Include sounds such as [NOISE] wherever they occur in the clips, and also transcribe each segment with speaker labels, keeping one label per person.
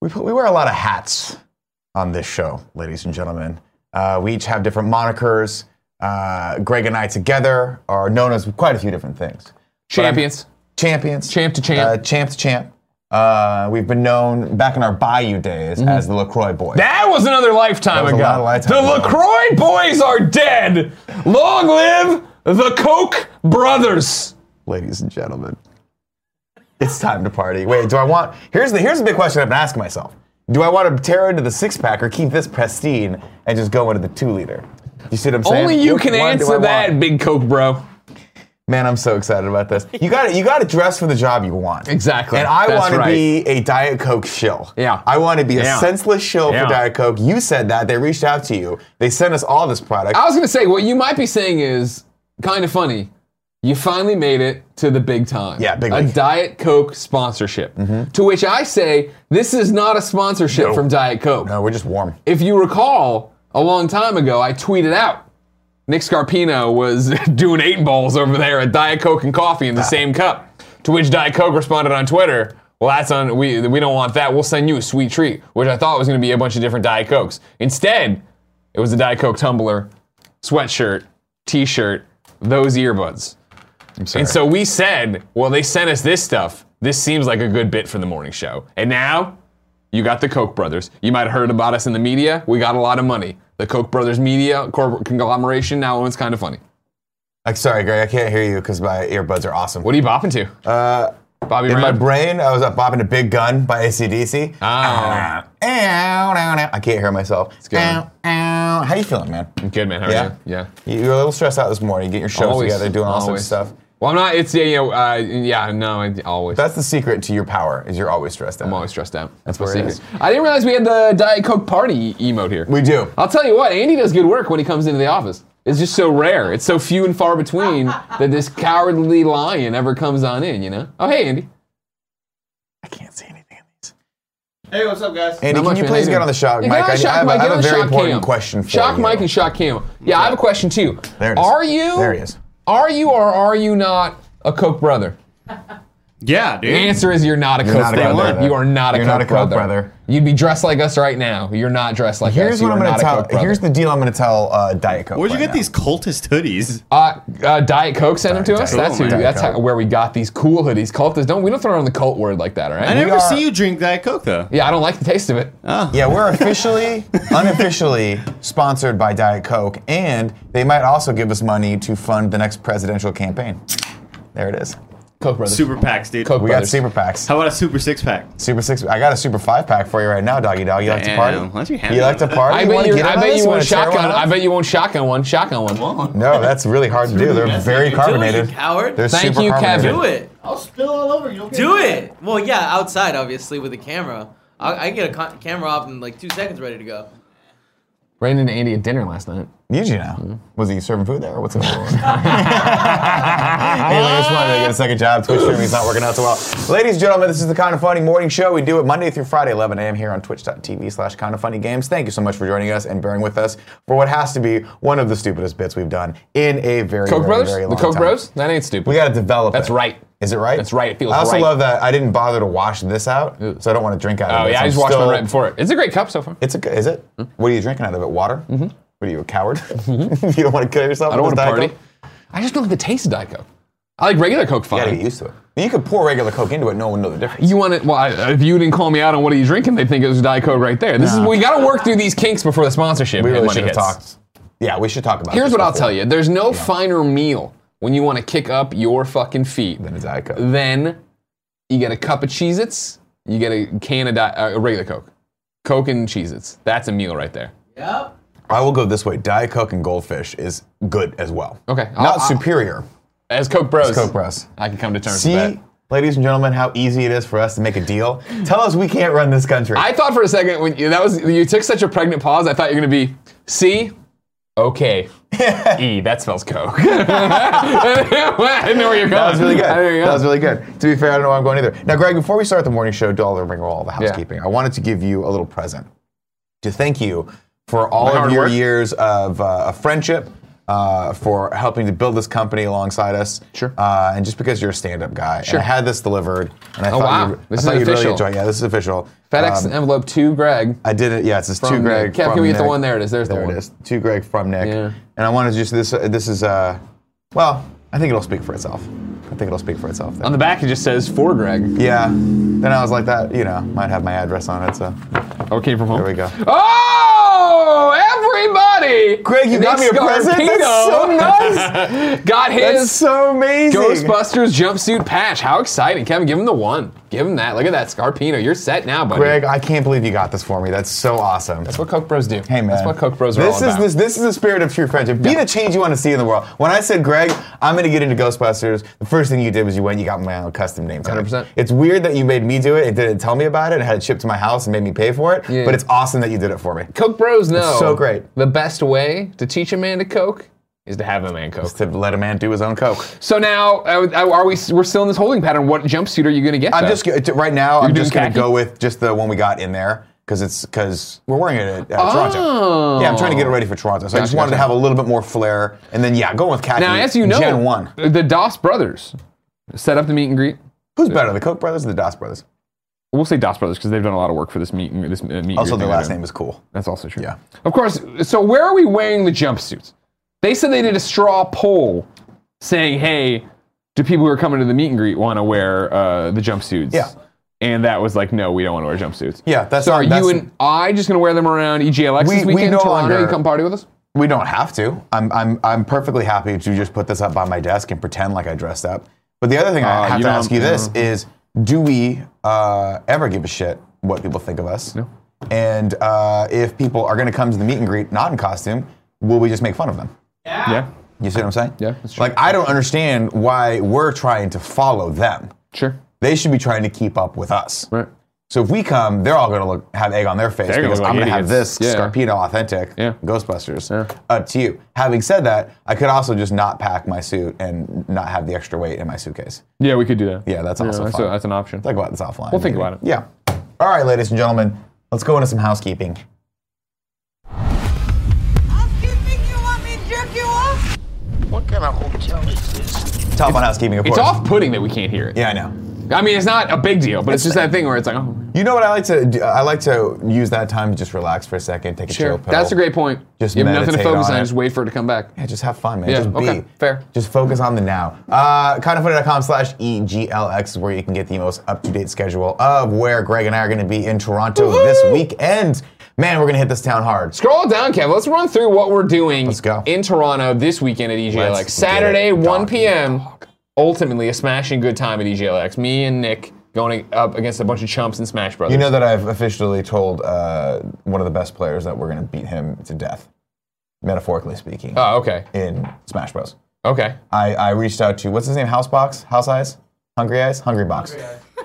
Speaker 1: We, put, we wear a lot of hats on this show, ladies and gentlemen. Uh, we each have different monikers. Uh, Greg and I together are known as quite a few different things. But I'm-
Speaker 2: Champions.
Speaker 1: champions,
Speaker 2: Champ to champ.
Speaker 1: uh, champ to champ. Uh, we've been known back in our Bayou days as the Lacroix Boys.
Speaker 2: Mm-hmm. That was another lifetime
Speaker 1: was a
Speaker 2: ago.
Speaker 1: lot of lifetime
Speaker 2: the
Speaker 1: ago.
Speaker 2: LaCroix boys are dead. Long live the Koch brothers.
Speaker 1: ladies and gentlemen. It's time to party. Wait, do I want? Here's the here's the big question I've been asking myself. Do I want to tear into the six pack or keep this pristine and just go into the two liter? You see what I'm saying?
Speaker 2: Only you
Speaker 1: Which
Speaker 2: can
Speaker 1: one do I
Speaker 2: answer
Speaker 1: want?
Speaker 2: that, big Coke bro.
Speaker 1: Man, I'm so excited about this. You got to you got to dress for the job you want.
Speaker 2: Exactly.
Speaker 1: And I
Speaker 2: That's
Speaker 1: want
Speaker 2: right.
Speaker 1: to be a Diet Coke shill.
Speaker 2: Yeah.
Speaker 1: I want to be a
Speaker 2: Yeah.
Speaker 1: senseless shill
Speaker 2: Yeah.
Speaker 1: for Diet Coke. You said that. They reached out to you. They sent us all this product.
Speaker 2: I was gonna say what you might be saying is kind of funny. You finally made it to the big time.
Speaker 1: Yeah, big
Speaker 2: A
Speaker 1: league. Mm-hmm.
Speaker 2: Diet Coke sponsorship. To which I say this is not a sponsorship
Speaker 1: No.
Speaker 2: from Diet Coke.
Speaker 1: no, we're just warm.
Speaker 2: If you recall, a long time ago, I tweeted out Nick Scarpino was [LAUGHS] doing eight balls over there at Diet Coke and coffee in
Speaker 1: Ah.
Speaker 2: the same cup. To which Diet Coke responded on Twitter, "Well, that's on we we don't want that. We'll send you a sweet treat," which I thought was going to be a bunch of different Diet Cokes. Instead, it was a Diet Coke tumbler, sweatshirt, T-shirt, those earbuds.
Speaker 1: I'm sorry.
Speaker 2: And so we said, "Well, they sent us this stuff. This seems like a good bit for the morning show." And now you got the Koch brothers. You might have heard about us in the media. We got a lot of money. The Koch brothers media corporate conglomeration now owns kind of funny.
Speaker 1: I'm sorry, Greg. I can't hear you because my earbuds are awesome.
Speaker 2: What are you bopping to? Uh, Bobby
Speaker 1: In my
Speaker 2: Brown.
Speaker 1: brain, I was up bopping to Big Gun by ACDC.
Speaker 2: Ah.
Speaker 1: Ow, ow, ow, ow. I can't hear myself. It's
Speaker 2: good.
Speaker 1: Ow, ow. How you feeling, man?
Speaker 2: Good man. How are
Speaker 1: Yeah.
Speaker 2: you? Yeah.
Speaker 1: You- You're a little stressed out this morning. You get your shows
Speaker 2: Always.
Speaker 1: together, doing all
Speaker 2: Always.
Speaker 1: sorts of stuff.
Speaker 2: Well, I'm not. It's yeah, you know, uh, yeah. No, I, always.
Speaker 1: That's the secret to your power, is you're always stressed out.
Speaker 2: I'm always stressed out. That's,
Speaker 1: where
Speaker 2: my
Speaker 1: it
Speaker 2: secret. I didn't realize we had the Diet Coke party emote here.
Speaker 1: we do.
Speaker 2: I'll tell you what, Andy does good work when he comes into the office. It's just so rare. It's so few and far between
Speaker 1: [LAUGHS]
Speaker 2: that this cowardly lion ever comes on in, you know? Oh, hey, Andy.
Speaker 1: I can't see anything in these.
Speaker 3: Hey, what's up, guys?
Speaker 1: Andy,
Speaker 2: Not
Speaker 1: can
Speaker 2: much,
Speaker 1: you
Speaker 2: man.
Speaker 1: please
Speaker 2: How you
Speaker 1: get on
Speaker 2: doing?
Speaker 1: the shock mic?
Speaker 2: Yeah, get on
Speaker 1: I,
Speaker 2: the shock
Speaker 1: I have,
Speaker 2: mic.
Speaker 1: I have a
Speaker 2: Get on the
Speaker 1: very
Speaker 2: shock
Speaker 1: important
Speaker 2: cam.
Speaker 1: question for
Speaker 2: Shock
Speaker 1: you.
Speaker 2: Mike and Shock Cam. Yeah, I have a question too.
Speaker 1: There it is.
Speaker 2: Are you?
Speaker 1: There he is.
Speaker 2: Are you or are you not a Coke brother?
Speaker 3: Yeah, dude.
Speaker 2: The answer is you're not a Coke
Speaker 1: not a
Speaker 2: brother.
Speaker 1: Coke brother.
Speaker 2: You are not a
Speaker 1: You're
Speaker 2: Coke
Speaker 1: not a Coke brother.
Speaker 2: You'd be dressed like us right now. You're not dressed like us.
Speaker 1: Here's
Speaker 2: You
Speaker 1: what I'm
Speaker 2: are
Speaker 1: going
Speaker 2: not
Speaker 1: to
Speaker 2: a
Speaker 1: tell.
Speaker 2: Coke brother.
Speaker 1: Here's the deal I'm going to tell uh, Diet Coke.
Speaker 3: Where'd you
Speaker 1: right
Speaker 3: get
Speaker 1: now.
Speaker 3: these cultist hoodies?
Speaker 2: Uh, uh, Diet Coke sent them to
Speaker 1: Diet
Speaker 2: us.
Speaker 1: Coke.
Speaker 2: That's who.
Speaker 1: Diet
Speaker 2: that's
Speaker 1: Coke.
Speaker 2: how, where we got these cool hoodies. Cult is don't we don't throw around the cult word like that, all right?
Speaker 3: I never
Speaker 1: are-
Speaker 3: see you drink Diet Coke, though.
Speaker 2: yeah, I don't like the taste of it.
Speaker 1: Yeah, we're officially,
Speaker 2: [LAUGHS]
Speaker 1: unofficially sponsored by Diet Coke, and they might also give us money to fund the next presidential campaign. There it is.
Speaker 2: Coke brothers.
Speaker 3: Super packs, dude.
Speaker 2: Coke
Speaker 1: We
Speaker 2: brothers.
Speaker 1: got super packs.
Speaker 3: How about a super six pack?
Speaker 1: Super six. I got a super five pack for you right now, doggy dog. You like to
Speaker 3: Damn,
Speaker 1: party?
Speaker 3: why don't you hand
Speaker 1: you
Speaker 3: me
Speaker 1: like to
Speaker 3: one?
Speaker 1: party?
Speaker 2: I
Speaker 1: You
Speaker 2: bet
Speaker 1: wanna
Speaker 2: you.
Speaker 1: get
Speaker 2: I
Speaker 1: in on
Speaker 2: bet
Speaker 1: this?
Speaker 2: you won't
Speaker 1: wanna tear one
Speaker 2: shotgun.
Speaker 1: up?
Speaker 2: I bet you won't shotgun one. Shotgun one.
Speaker 1: No, that's really hard to do. They're
Speaker 3: messy.
Speaker 1: very
Speaker 4: Do it, you
Speaker 1: carbonated.
Speaker 4: coward.
Speaker 1: They're
Speaker 2: Thank
Speaker 1: super
Speaker 2: you, Kevin.
Speaker 1: carbonated.
Speaker 4: Do it.
Speaker 3: I'll spill all over you.
Speaker 4: Do it. Well, yeah, outside, obviously, with a camera. I, I can get a con- camera off in like two seconds, ready to go.
Speaker 2: Ran into Andy at dinner last night.
Speaker 1: Eugene
Speaker 2: Mm-hmm.
Speaker 1: now. Was he serving food there or what's going
Speaker 2: [LAUGHS]
Speaker 1: on? [LAUGHS] Anyway, I just wanted to get a second job. Twitch streaming's not working out so well. Ladies and gentlemen, this is the Kind of Funny Morning Show. We do it Monday through Friday, 11 a.m. here on twitch.tv slash kind of funny games. Thank you so much for joining us and bearing with us for what has to be one of the stupidest bits we've done in a very,
Speaker 2: Coke
Speaker 1: very,
Speaker 2: brothers.
Speaker 1: very
Speaker 2: The
Speaker 1: long
Speaker 2: Coke
Speaker 1: time.
Speaker 2: bros. That ain't stupid.
Speaker 1: We got to develop
Speaker 2: That's
Speaker 1: it.
Speaker 2: right.
Speaker 1: Is it right?
Speaker 2: That's right. It feels
Speaker 1: I also
Speaker 2: right.
Speaker 1: love that I didn't bother to wash this out, so I don't want to drink out of
Speaker 2: Oh
Speaker 1: it.
Speaker 2: yeah,
Speaker 1: So
Speaker 2: I
Speaker 1: I'm
Speaker 2: just watched
Speaker 1: still-
Speaker 2: one right before it. It's a great cup so far.
Speaker 1: it's a. Is it?
Speaker 2: Hmm?
Speaker 1: What are you drinking out of it? Water. Mm-hmm. What are you, a coward? [LAUGHS] you don't want to kill yourself.
Speaker 2: Mm-hmm. I
Speaker 1: with
Speaker 2: don't want to
Speaker 1: this Diet
Speaker 2: party.
Speaker 1: Coke?
Speaker 2: I just don't like the taste of Diet Coke. I like regular Coke
Speaker 1: You
Speaker 2: fine.
Speaker 1: gotta get used to it. You could pour regular Coke into it, no one would know the difference.
Speaker 2: You want it? Well, I, if you didn't call me out on what are you drinking, they think it was Diet Coke right there. This is we got to work through these kinks before the sponsorship.
Speaker 1: we
Speaker 2: and
Speaker 1: really
Speaker 2: money
Speaker 1: should have
Speaker 2: hits.
Speaker 1: talked. Yeah, we should talk about
Speaker 2: Here's
Speaker 1: this
Speaker 2: what I'll
Speaker 1: before.
Speaker 2: tell you: there's no finer meal when you want to kick up your fucking feet
Speaker 1: Than a Diet Coke.
Speaker 2: than you get a cup of Cheez-Its, you get a can of di- uh, a regular Coke, Coke and Cheez-Its. That's a meal right there.
Speaker 4: Yep.
Speaker 1: I will go this way. Diet Coke and Goldfish is good as well.
Speaker 2: Okay, I'll-
Speaker 1: Not
Speaker 2: I'll-
Speaker 1: superior.
Speaker 2: As Coke Bros,
Speaker 1: Coke Press.
Speaker 2: I can come to terms with
Speaker 1: See,
Speaker 2: that.
Speaker 1: ladies and gentlemen, how easy it is for us to make a deal. Tell us we can't run this country.
Speaker 2: I thought for a second when you, that was you took such a pregnant pause, I thought you're gonna be C,
Speaker 1: [LAUGHS]
Speaker 2: okay, E. That spells Coke. [LAUGHS] I didn't know where you're going.
Speaker 1: that was
Speaker 2: [LAUGHS]
Speaker 1: really good.
Speaker 2: I didn't know where you're
Speaker 1: That was
Speaker 2: going.
Speaker 1: really good. To be fair, I don't know where I'm going either. Now, Greg, before we start the morning show, do all the ring roll, all the housekeeping. I wanted to give you a little present to thank you for all
Speaker 2: My hard
Speaker 1: of your
Speaker 2: work?
Speaker 1: years of, uh, of friendship, uh, for helping to build this company alongside us.
Speaker 2: Sure.
Speaker 1: Uh, and just because you're a stand-up guy,
Speaker 2: Sure.
Speaker 1: and I had this delivered, and I
Speaker 2: Oh,
Speaker 1: thought,
Speaker 2: wow.
Speaker 1: you'd,
Speaker 2: This
Speaker 1: I
Speaker 2: is
Speaker 1: thought you'd really
Speaker 2: official.
Speaker 1: enjoy. Yeah, this is official.
Speaker 2: FedEx
Speaker 1: Um,
Speaker 2: envelope two, Greg.
Speaker 1: I did it. Yeah, it's this
Speaker 2: From
Speaker 1: two Greg.
Speaker 2: Nick. Kev,
Speaker 1: from
Speaker 2: can we get the
Speaker 1: Nick.
Speaker 2: one? There it is. There's the
Speaker 1: there
Speaker 2: one.
Speaker 1: it is. Two Greg from Nick.
Speaker 2: Yeah.
Speaker 1: And I wanted to just this. This is uh, well, I think it'll speak for itself. I think it'll speak for itself. There.
Speaker 2: On the back, it just says for Greg.
Speaker 1: yeah. Then I was like that. You know, might have my address on it. So
Speaker 2: Oh, it came from home.
Speaker 1: there we go.
Speaker 2: Oh, everybody!
Speaker 1: Greg, you got me a
Speaker 2: Nick
Speaker 1: present. That's so
Speaker 2: Scarpino
Speaker 1: nice.
Speaker 2: [LAUGHS] got
Speaker 1: That's
Speaker 2: his
Speaker 1: so amazing.
Speaker 2: Ghostbusters jumpsuit patch. How exciting. Kevin, give him the one. Give him that. Look at that, Scarpino. You're set now, buddy.
Speaker 1: Greg, I can't believe you got this for me. That's so awesome.
Speaker 2: That's what Coke Bros do.
Speaker 1: Hey man,
Speaker 2: That's what Coke Bros are
Speaker 1: this
Speaker 2: all
Speaker 1: is
Speaker 2: about.
Speaker 1: This, this is the spirit of true friendship. Be
Speaker 2: Yeah.
Speaker 1: the change you want to see in the world. When I said, Greg, I'm going to get into Ghostbusters, the first thing you did was you went, you got my own custom name. tag.
Speaker 2: 100%.
Speaker 1: It's weird that you made me do it and didn't tell me about it and had it shipped to my house and made me pay for it.
Speaker 2: Yeah.
Speaker 1: But it's awesome that you did it for me.
Speaker 2: Coke Bros know
Speaker 1: so great.
Speaker 2: the best way to teach a man to Coke is to have a man Coke.
Speaker 1: To let a man do his own coke.
Speaker 2: So now, uh, are we? We're still in this holding pattern. What jumpsuit are you going to get?
Speaker 1: I'm
Speaker 2: though?
Speaker 1: just go- t- right now. I'm
Speaker 2: doing
Speaker 1: just going to
Speaker 2: khaki?
Speaker 1: go with just the one we got in there because it's because we're wearing it at uh, Toronto. Yeah, I'm trying to get it ready for Toronto, so I just
Speaker 2: Oh. Gotcha,
Speaker 1: wanted to
Speaker 2: gotcha.
Speaker 1: have a little bit more flair, and then yeah, going with khaki.
Speaker 2: now, as you know,
Speaker 1: Gen One.
Speaker 2: Oh. the Doss brothers set up the meet and greet.
Speaker 1: Who's better, the Koch brothers or the Das brothers?
Speaker 2: We'll say Doss brothers because they've done a lot of work for this meet. And, this uh, meet and
Speaker 1: Also,
Speaker 2: greet
Speaker 1: their
Speaker 2: thing
Speaker 1: last
Speaker 2: they're
Speaker 1: name is cool.
Speaker 2: doing. That's also true.
Speaker 1: Yeah.
Speaker 2: Of course. So where are we wearing the jumpsuits? They said they did a straw poll saying, "Hey, do people who are coming to the meet and greet want to wear uh, the jumpsuits?"
Speaker 1: Yeah.
Speaker 2: And that was like, "No, we don't want to wear jumpsuits."
Speaker 1: Yeah, that's
Speaker 2: So
Speaker 1: our-
Speaker 2: are
Speaker 1: that's-
Speaker 2: you and I just gonna wear them around E EGLX
Speaker 1: We-
Speaker 2: this
Speaker 1: we
Speaker 2: weekend?
Speaker 1: no
Speaker 2: Toronto,
Speaker 1: longer-
Speaker 2: you come party with us?
Speaker 1: We don't have to. I'm, I'm, I'm perfectly happy to just put this up by my desk and pretend like I dressed up. But the other thing I
Speaker 2: Uh,
Speaker 1: have
Speaker 2: you
Speaker 1: to
Speaker 2: don't-
Speaker 1: ask you this is do we uh, ever give a shit what people think of us?
Speaker 2: No.
Speaker 1: And uh, if people are going to come to the meet and greet not in costume, will we just make fun of them?
Speaker 2: Yeah.
Speaker 1: You see what I'm saying?
Speaker 2: Yeah, that's true.
Speaker 1: Like, I don't understand why we're trying to follow them.
Speaker 2: Sure.
Speaker 1: They should be trying to keep up with us.
Speaker 2: Right.
Speaker 1: So if we come, they're all going to look have egg on their face
Speaker 2: They're gonna
Speaker 1: because
Speaker 2: look
Speaker 1: I'm
Speaker 2: like
Speaker 1: going to have
Speaker 2: idiots.
Speaker 1: this
Speaker 2: Yeah.
Speaker 1: Scarpino authentic
Speaker 2: Yeah.
Speaker 1: Ghostbusters
Speaker 2: Yeah.
Speaker 1: up to you. Having said that, I could also just not pack my suit and not have the extra weight in my suitcase.
Speaker 2: Yeah, we could do that.
Speaker 1: Yeah, that's also
Speaker 2: that's,
Speaker 1: fun.
Speaker 2: a- that's an option.
Speaker 1: Talk about this offline.
Speaker 2: We'll think about it.
Speaker 1: Yeah. All right, ladies and gentlemen, let's go into some housekeeping.
Speaker 5: Housekeeping, you want me to jerk you off?
Speaker 6: What kind of hotel is this?
Speaker 1: Top on housekeeping, of
Speaker 2: It's
Speaker 1: course.
Speaker 2: off-putting that we can't hear it.
Speaker 1: Yeah, I know.
Speaker 2: I mean, it's not a big deal, but it's, just that thing where it's like, oh,
Speaker 1: You know what I like to do? I like to use that time to just relax for a second, take a chill pill.
Speaker 2: That's a great point.
Speaker 1: Just
Speaker 2: you have nothing to
Speaker 1: meditate
Speaker 2: focus
Speaker 1: on
Speaker 2: on.
Speaker 1: it.
Speaker 2: Just wait for it to come back.
Speaker 1: Yeah, just have fun, man.
Speaker 2: Yeah,
Speaker 1: just be.
Speaker 2: okay, fair.
Speaker 1: Just focus on the now. Uh, kindoffunny.com slash E EGLX is where you can get the most up to date schedule of where Greg and I are going to be in Toronto this weekend. Man, we're going to hit this town hard.
Speaker 2: Scroll down, Kev. Let's run through what we're doing
Speaker 1: Let's go.
Speaker 2: in Toronto this weekend at E EGLX.
Speaker 1: Let's
Speaker 2: Saturday,
Speaker 1: get it,
Speaker 2: 1
Speaker 1: dog.
Speaker 2: p.m. Ultimately, a smashing good time at E EGLX. Me and Nick going up against a bunch of chumps in Smash Brothers.
Speaker 1: You know that I've officially told uh, one of the best players that we're going to beat him to death, metaphorically speaking,
Speaker 2: oh, okay.
Speaker 1: in Smash Bros.
Speaker 2: Okay.
Speaker 1: I, I reached out to, what's his name? Housebox? House Eyes? Hungry Eyes? Hungry Box.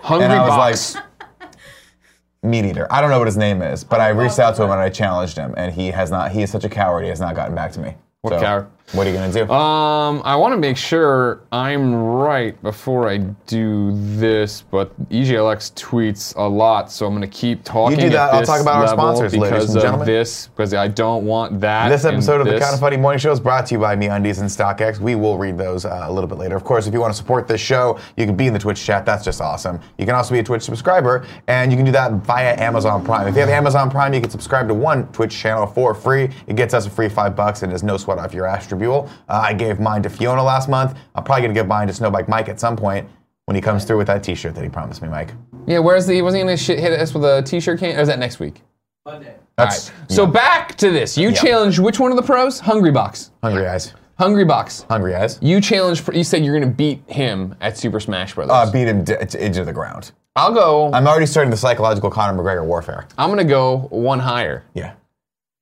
Speaker 2: Hungry
Speaker 1: and I
Speaker 2: Box. Oh,
Speaker 1: was like, [LAUGHS] meat eater. I don't know what his name is, but I reached out to him and I challenged him, and he has not. He is such a coward. He has not gotten back to me. What
Speaker 2: coward?
Speaker 1: What are you gonna do?
Speaker 2: um, I want to make sure I'm right before I do this, but E EGLX tweets a lot, so I'm going to keep talking.
Speaker 1: do
Speaker 2: at
Speaker 1: that. I'll
Speaker 2: this
Speaker 1: talk about our
Speaker 2: level
Speaker 1: sponsors, ladies
Speaker 2: because
Speaker 1: and
Speaker 2: of
Speaker 1: gentlemen.
Speaker 2: this, because I don't want that.
Speaker 1: this
Speaker 2: and
Speaker 1: episode of the
Speaker 2: this.
Speaker 1: Kind of Funny Morning Show is brought to you by MeUndies and StockX. We will read those uh, a little bit later. Of course, if you want to support this show, you can be in the Twitch chat. That's just awesome. You can also be a Twitch subscriber, and you can do that via Amazon Prime. If you have Amazon Prime, you can subscribe to one Twitch channel for free. It gets us a free five bucks and is no sweat off your astrobule. Uh, I gave mine to Fiona last month. I'm probably gonna give mine to Snowbike Mike at some point when he comes through with that T-shirt that he promised me, Mike.
Speaker 2: Yeah, where's the? Wasn't he gonna shit hit us with a T-shirt can? Or is that next week?
Speaker 4: Monday.
Speaker 1: That's
Speaker 2: All right. So back to this. You challenged which one of the pros? Hungry Box.
Speaker 1: hungry eyes.
Speaker 2: Hungry Box.
Speaker 1: Hungry eyes.
Speaker 2: You challenged. You said you're gonna beat him at Super Smash Brothers.
Speaker 1: Uh, beat him d- to into the ground.
Speaker 2: I'll go. I'm,
Speaker 1: I'm already starting the psychological Conor McGregor warfare.
Speaker 2: gonna go one higher.
Speaker 1: Yeah.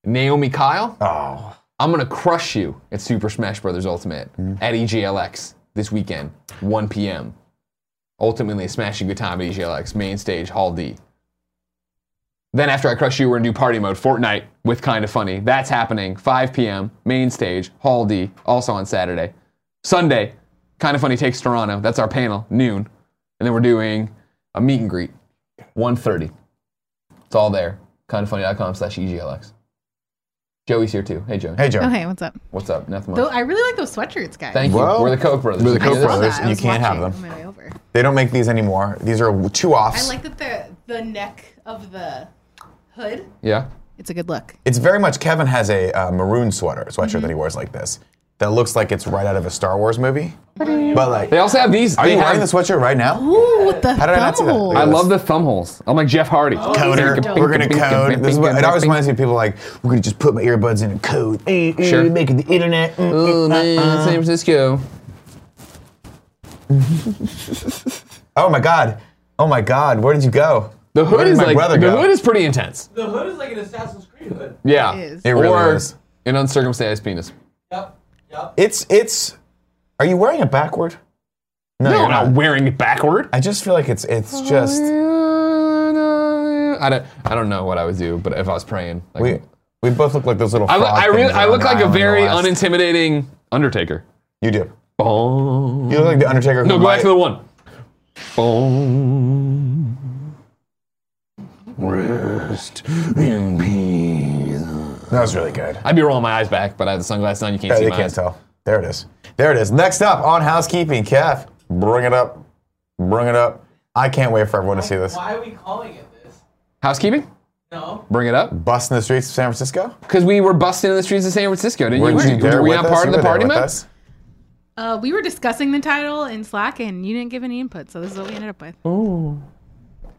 Speaker 2: Naomi Kyle.
Speaker 1: Oh.
Speaker 2: I'm gonna crush you at Super Smash Brothers Ultimate at E EGLX this weekend, 1 p.m. Ultimately, a smashing good time at E EGLX main stage Hall D. Then after I crush you, we're gonna do party mode Fortnite with Kind of Funny. That's happening 5 p.m. main stage Hall D, also on Saturday. Sunday, Kind of Funny takes Toronto. That's our panel noon, and then we're doing a meet and greet E 1:30. It's all there. Kindoffunny.com/eglx. Joey's here too. Hey, Joey.
Speaker 1: Hey, Joe.
Speaker 7: Okay, what's up?
Speaker 2: What's up? Nothing
Speaker 7: Though
Speaker 2: much.
Speaker 7: I really like those sweatshirts, guys.
Speaker 2: Thank
Speaker 1: Well,
Speaker 2: you. We're the Koch brothers.
Speaker 1: we're the
Speaker 2: You
Speaker 1: Koch
Speaker 7: I
Speaker 2: know this?
Speaker 1: brothers.
Speaker 7: saw that. I
Speaker 1: You
Speaker 7: was
Speaker 1: can't have
Speaker 7: watching
Speaker 1: them.
Speaker 7: on my way over.
Speaker 1: They don't make these anymore. These are two offs.
Speaker 7: I like that the the neck of the hood.
Speaker 2: Yeah.
Speaker 7: It's a good look.
Speaker 1: it's very much Kevin has a uh, maroon sweater sweatshirt that he
Speaker 7: Mm-hmm.
Speaker 1: wears like this. That looks like it's right out of a Star Wars movie. But like,
Speaker 2: They also have these.
Speaker 1: are
Speaker 2: they
Speaker 1: you
Speaker 2: have-
Speaker 1: wearing the sweatshirt right now?
Speaker 7: Ooh, with the
Speaker 1: How did I not see that? Look
Speaker 7: thumbs.
Speaker 1: at
Speaker 2: I
Speaker 1: this.
Speaker 2: love the thumb holes. I'm like Jeff Hardy.
Speaker 7: Oh,
Speaker 1: Coder. We're gonna code. This is what, it always reminds me of people like we're gonna just put my earbuds in and code. Eh, eh,
Speaker 2: Sure.
Speaker 1: Make it the internet. Mm,
Speaker 2: Oh
Speaker 1: mm, [LAUGHS]
Speaker 2: man,
Speaker 1: uh, uh.
Speaker 2: San Francisco.
Speaker 1: Oh my god. Oh my god. Where did you go?
Speaker 2: The hood
Speaker 1: Where did
Speaker 2: is
Speaker 1: my
Speaker 2: like
Speaker 1: brother
Speaker 2: the
Speaker 1: go?
Speaker 2: hood is pretty intense.
Speaker 4: The hood is like an Assassin's Creed hood.
Speaker 2: Yeah,
Speaker 7: It is.
Speaker 1: It really
Speaker 2: or
Speaker 1: is.
Speaker 2: an uncircumcised penis.
Speaker 4: Yep. Yep.
Speaker 1: It's it's. Are you wearing it backward?
Speaker 2: No,
Speaker 1: you're
Speaker 2: I'm not Mm. wearing it backward.
Speaker 1: I just feel like it's it's just
Speaker 2: I don't. I don't know what I would do, but if I was praying, like,
Speaker 1: we we both look like those little.
Speaker 2: I,
Speaker 1: frog
Speaker 2: look- I really,
Speaker 1: things
Speaker 2: I
Speaker 1: on
Speaker 2: look
Speaker 1: the
Speaker 2: like a
Speaker 1: island in the
Speaker 2: very
Speaker 1: last-
Speaker 2: unintimidating Undertaker.
Speaker 1: You do.
Speaker 2: Boom.
Speaker 1: You look like the Undertaker.
Speaker 2: No,
Speaker 1: who
Speaker 2: go
Speaker 1: might-
Speaker 2: back to the one. Boom. Rest in peace.
Speaker 1: That was really good.
Speaker 2: I'd be rolling my eyes back, but I have the sunglasses on. You can't
Speaker 1: Yeah,
Speaker 2: see
Speaker 1: you
Speaker 2: my
Speaker 1: can't
Speaker 2: eyes.
Speaker 1: tell. There it is. There it is. Next up on housekeeping, Kef, bring it up, bring it up. I can't wait for everyone to see this.
Speaker 4: Why are we calling it this?
Speaker 2: Housekeeping.
Speaker 4: No.
Speaker 2: Bring it up.
Speaker 1: Busting the streets of San Francisco.
Speaker 2: Because we were busting in the streets of San Francisco, didn't
Speaker 1: Weren't
Speaker 2: you?
Speaker 1: you there
Speaker 2: were we
Speaker 1: with
Speaker 2: not
Speaker 1: us?
Speaker 2: part
Speaker 1: You
Speaker 2: of the
Speaker 1: were there
Speaker 2: party,
Speaker 1: with
Speaker 2: man?
Speaker 1: us?
Speaker 7: Uh, we were discussing the title in Slack, and you didn't give any input, so this is what we ended up with.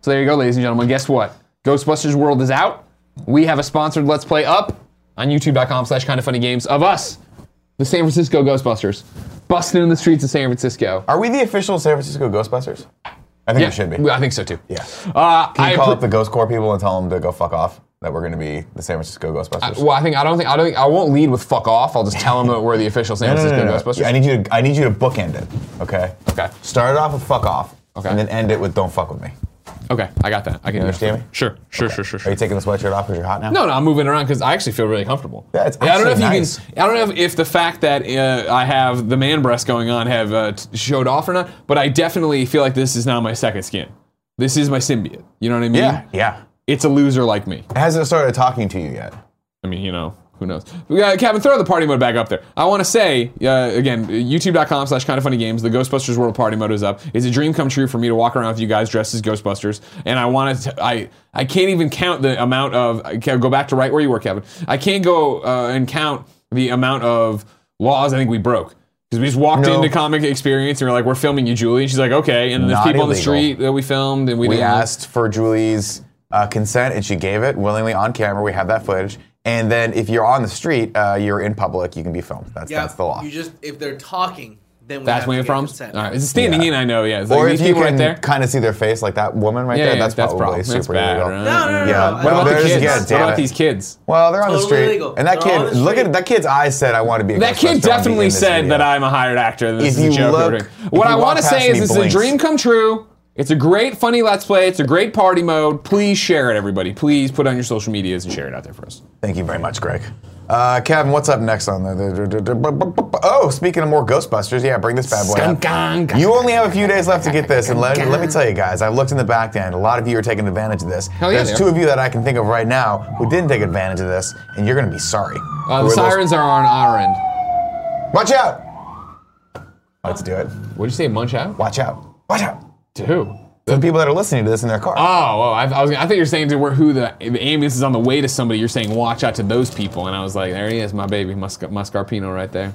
Speaker 2: So there you go, ladies and gentlemen. Guess what? Ghostbusters World is out. We have a sponsored Let's Play up on youtube.com slash kind of funny games of us, the San Francisco Ghostbusters, busting in the streets of San Francisco.
Speaker 1: Are we the official San Francisco Ghostbusters? I think we should be.
Speaker 2: I think so too.
Speaker 1: Yeah.
Speaker 2: Uh,
Speaker 1: Can
Speaker 2: I
Speaker 1: you call
Speaker 2: appro-
Speaker 1: up the Ghost Corps people and tell them to go fuck off? That we're going to be the San Francisco Ghostbusters.
Speaker 2: well, I think I don't think I don't think I won't lead with fuck off. I'll just tell them that we're the official San
Speaker 1: No, no, no,
Speaker 2: Francisco
Speaker 1: no, no.
Speaker 2: Ghostbusters.
Speaker 1: Yeah, I need you to I need you to bookend it. Okay.
Speaker 2: Okay.
Speaker 1: Start it off with fuck off.
Speaker 2: Okay.
Speaker 1: And then end it with don't fuck with me.
Speaker 2: okay, I got that. I can do
Speaker 1: understand
Speaker 2: that.
Speaker 1: me?
Speaker 2: Sure, sure, sure, sure,
Speaker 1: Are
Speaker 2: sure.
Speaker 1: you taking the sweatshirt off because you're hot now?
Speaker 2: No, no, I'm moving around because I actually feel really comfortable.
Speaker 1: Yeah, it's
Speaker 2: I don't know if
Speaker 1: actually nice.
Speaker 2: you can. I don't know if, if the fact that uh, I have the man breast going on have uh, t- showed off or not, but I definitely feel like this is now my second skin. This is my symbiote. You know what I mean?
Speaker 1: Yeah. Yeah.
Speaker 2: It's a loser like me.
Speaker 1: It hasn't started talking to you yet.
Speaker 2: I mean, you know, who knows? Uh, Kevin, throw the party mode back up there. I want to say, uh, again, youtube.com slash kind of funny games, the Ghostbusters World Party mode is up. It's a dream come true for me to walk around with you guys dressed as Ghostbusters. And I want to, I, I can't even count the amount of, I can't- go back to right where you were, Kevin. I can't go uh, and count the amount of laws I think we broke. Because we just walked
Speaker 1: No.
Speaker 2: into Comic Experience and we're like, we're filming you, Julie. And she's like, okay. And there's
Speaker 1: Not
Speaker 2: people on the
Speaker 1: illegal.
Speaker 2: street that we filmed and we,
Speaker 1: We
Speaker 2: didn't-
Speaker 1: asked for Julie's uh, consent, and she gave it willingly on camera. We have that footage. And then if you're on the street, uh, you're in public, you can be filmed. That's
Speaker 4: Yeah.
Speaker 1: that's the law.
Speaker 4: You just if they're talking, then we
Speaker 2: That's
Speaker 4: have
Speaker 2: where
Speaker 4: to
Speaker 2: you're
Speaker 4: get
Speaker 2: from?
Speaker 4: consent.
Speaker 2: All right. It's standing
Speaker 1: Yeah.
Speaker 2: in, I know, yeah. It's like,
Speaker 1: or
Speaker 2: these
Speaker 1: if you
Speaker 2: people right
Speaker 1: can
Speaker 2: there.
Speaker 1: kind of see their face, like that woman right there, that's, probably super illegal.
Speaker 4: No, no, no,
Speaker 1: Yeah.
Speaker 4: no. I-
Speaker 1: Well,
Speaker 4: What
Speaker 2: What about
Speaker 1: there's
Speaker 2: the kids?
Speaker 1: yeah,
Speaker 2: what
Speaker 1: damn
Speaker 2: about
Speaker 1: it.
Speaker 2: these kids?
Speaker 1: Well, they're on the
Speaker 4: Totally
Speaker 1: street,
Speaker 4: illegal.
Speaker 1: and that
Speaker 4: They're on
Speaker 1: kid.
Speaker 4: the
Speaker 1: Look
Speaker 4: street.
Speaker 1: at that kid's eyes. Said, "I want to be." A
Speaker 2: That kid
Speaker 1: Ghostbuster, I wanna be
Speaker 2: definitely
Speaker 1: in this
Speaker 2: said
Speaker 1: video."
Speaker 2: that I'm a hired actor. and This
Speaker 1: If
Speaker 2: is a
Speaker 1: you
Speaker 2: joke.
Speaker 1: look-
Speaker 2: Look,
Speaker 1: if
Speaker 2: what
Speaker 1: you
Speaker 2: I
Speaker 1: walk
Speaker 2: want to
Speaker 1: past
Speaker 2: say
Speaker 1: me,
Speaker 2: is, it's a
Speaker 1: blinks.
Speaker 2: dream come true. It's a great, funny Let's Play. It's a great party mode. Please share it, everybody. Please put it on your social medias and share it out there for us.
Speaker 1: Thank you very much, Greg. Uh, Kevin, what's up next on the? Oh, speaking of more Ghostbusters, yeah, bring this bad boy up.
Speaker 2: Skunk.
Speaker 1: You only have a few days left to get this, and let, let me tell you guys, I looked in the back end. A lot of you are taking advantage of this.
Speaker 2: yeah,
Speaker 1: There's
Speaker 2: they are.
Speaker 1: two of you that I can think of right now who didn't take advantage of this, and you're going to be sorry.
Speaker 2: Uh,
Speaker 1: Who
Speaker 2: the
Speaker 1: are those-
Speaker 2: sirens are on our end.
Speaker 1: Watch out! Let's do it.
Speaker 2: What did you say? Munch out?
Speaker 1: Watch out! Watch out!
Speaker 2: To who?
Speaker 1: To the people that are listening to this in their car.
Speaker 2: Oh, oh I, I was. gonna- I thought you were saying to where who the, the ambulance is on the way to somebody. You're saying watch out to those people, and I was like, there he is, my baby, my, Sc- my Scarpino right there.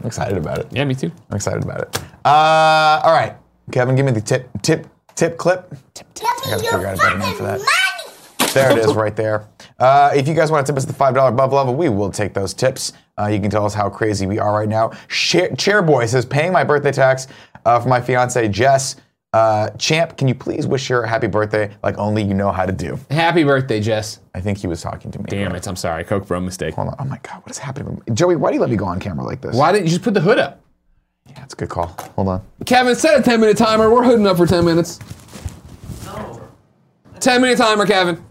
Speaker 1: I'm excited about it.
Speaker 2: Yeah, me too.
Speaker 1: I'm excited about it. Uh, all right, Kevin, give me the tip, tip, tip clip. I gotta figure out a better name for that. There it is, right there. Uh, if you guys want to tip us at the five dollar above level, we will take those tips. Uh, you can tell us how crazy we are right now. Share, Chairboy says, paying my birthday tax uh, for my fiance Jess. Uh, Champ, can you please wish her a happy birthday like only you know how to do?
Speaker 2: Happy birthday, Jess.
Speaker 1: I think he was talking to me.
Speaker 2: Damn it, I'm sorry. Coke bro mistake.
Speaker 1: Hold on. Oh my God, what is happening? Joey, why do you let me go on camera like this?
Speaker 2: Why didn't you just put the hood up?
Speaker 1: Yeah, that's a good call. Hold on.
Speaker 2: Kevin, set a 10 minute timer. We're hooding up for 10 minutes.
Speaker 4: No.
Speaker 2: 10 minute timer, Kevin.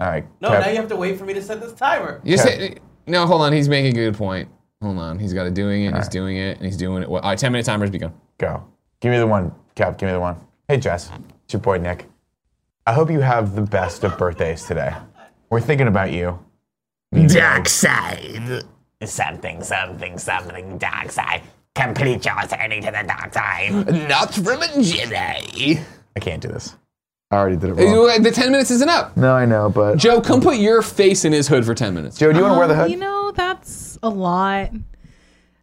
Speaker 1: All right.
Speaker 4: No,
Speaker 1: Kev-
Speaker 4: now you have to wait for me to set this timer.
Speaker 2: You just
Speaker 1: Okay.
Speaker 2: hit- no, hold on. He's making a good point. Hold on. He's got it doing it. He's doing it. And he's doing it. Well, all right, 10 minute timer's begun.
Speaker 1: Go. Give me the one, Kev. Give me the one. Hey, Jess. It's your boy, Nick. I hope you have the best of birthdays today. We're thinking about you.
Speaker 8: Dark side. Something, something, something, dark side. Complete your journey to the dark side. Not from a Jedi.
Speaker 1: I can't do this. I already did it wrong.
Speaker 2: The 10 minutes isn't up.
Speaker 1: No, I know, but Joe,
Speaker 2: Joe, come put your face in his hood for 10 minutes.
Speaker 1: do you want to wear the
Speaker 7: Um,
Speaker 1: hood?
Speaker 7: You know, that's a lot.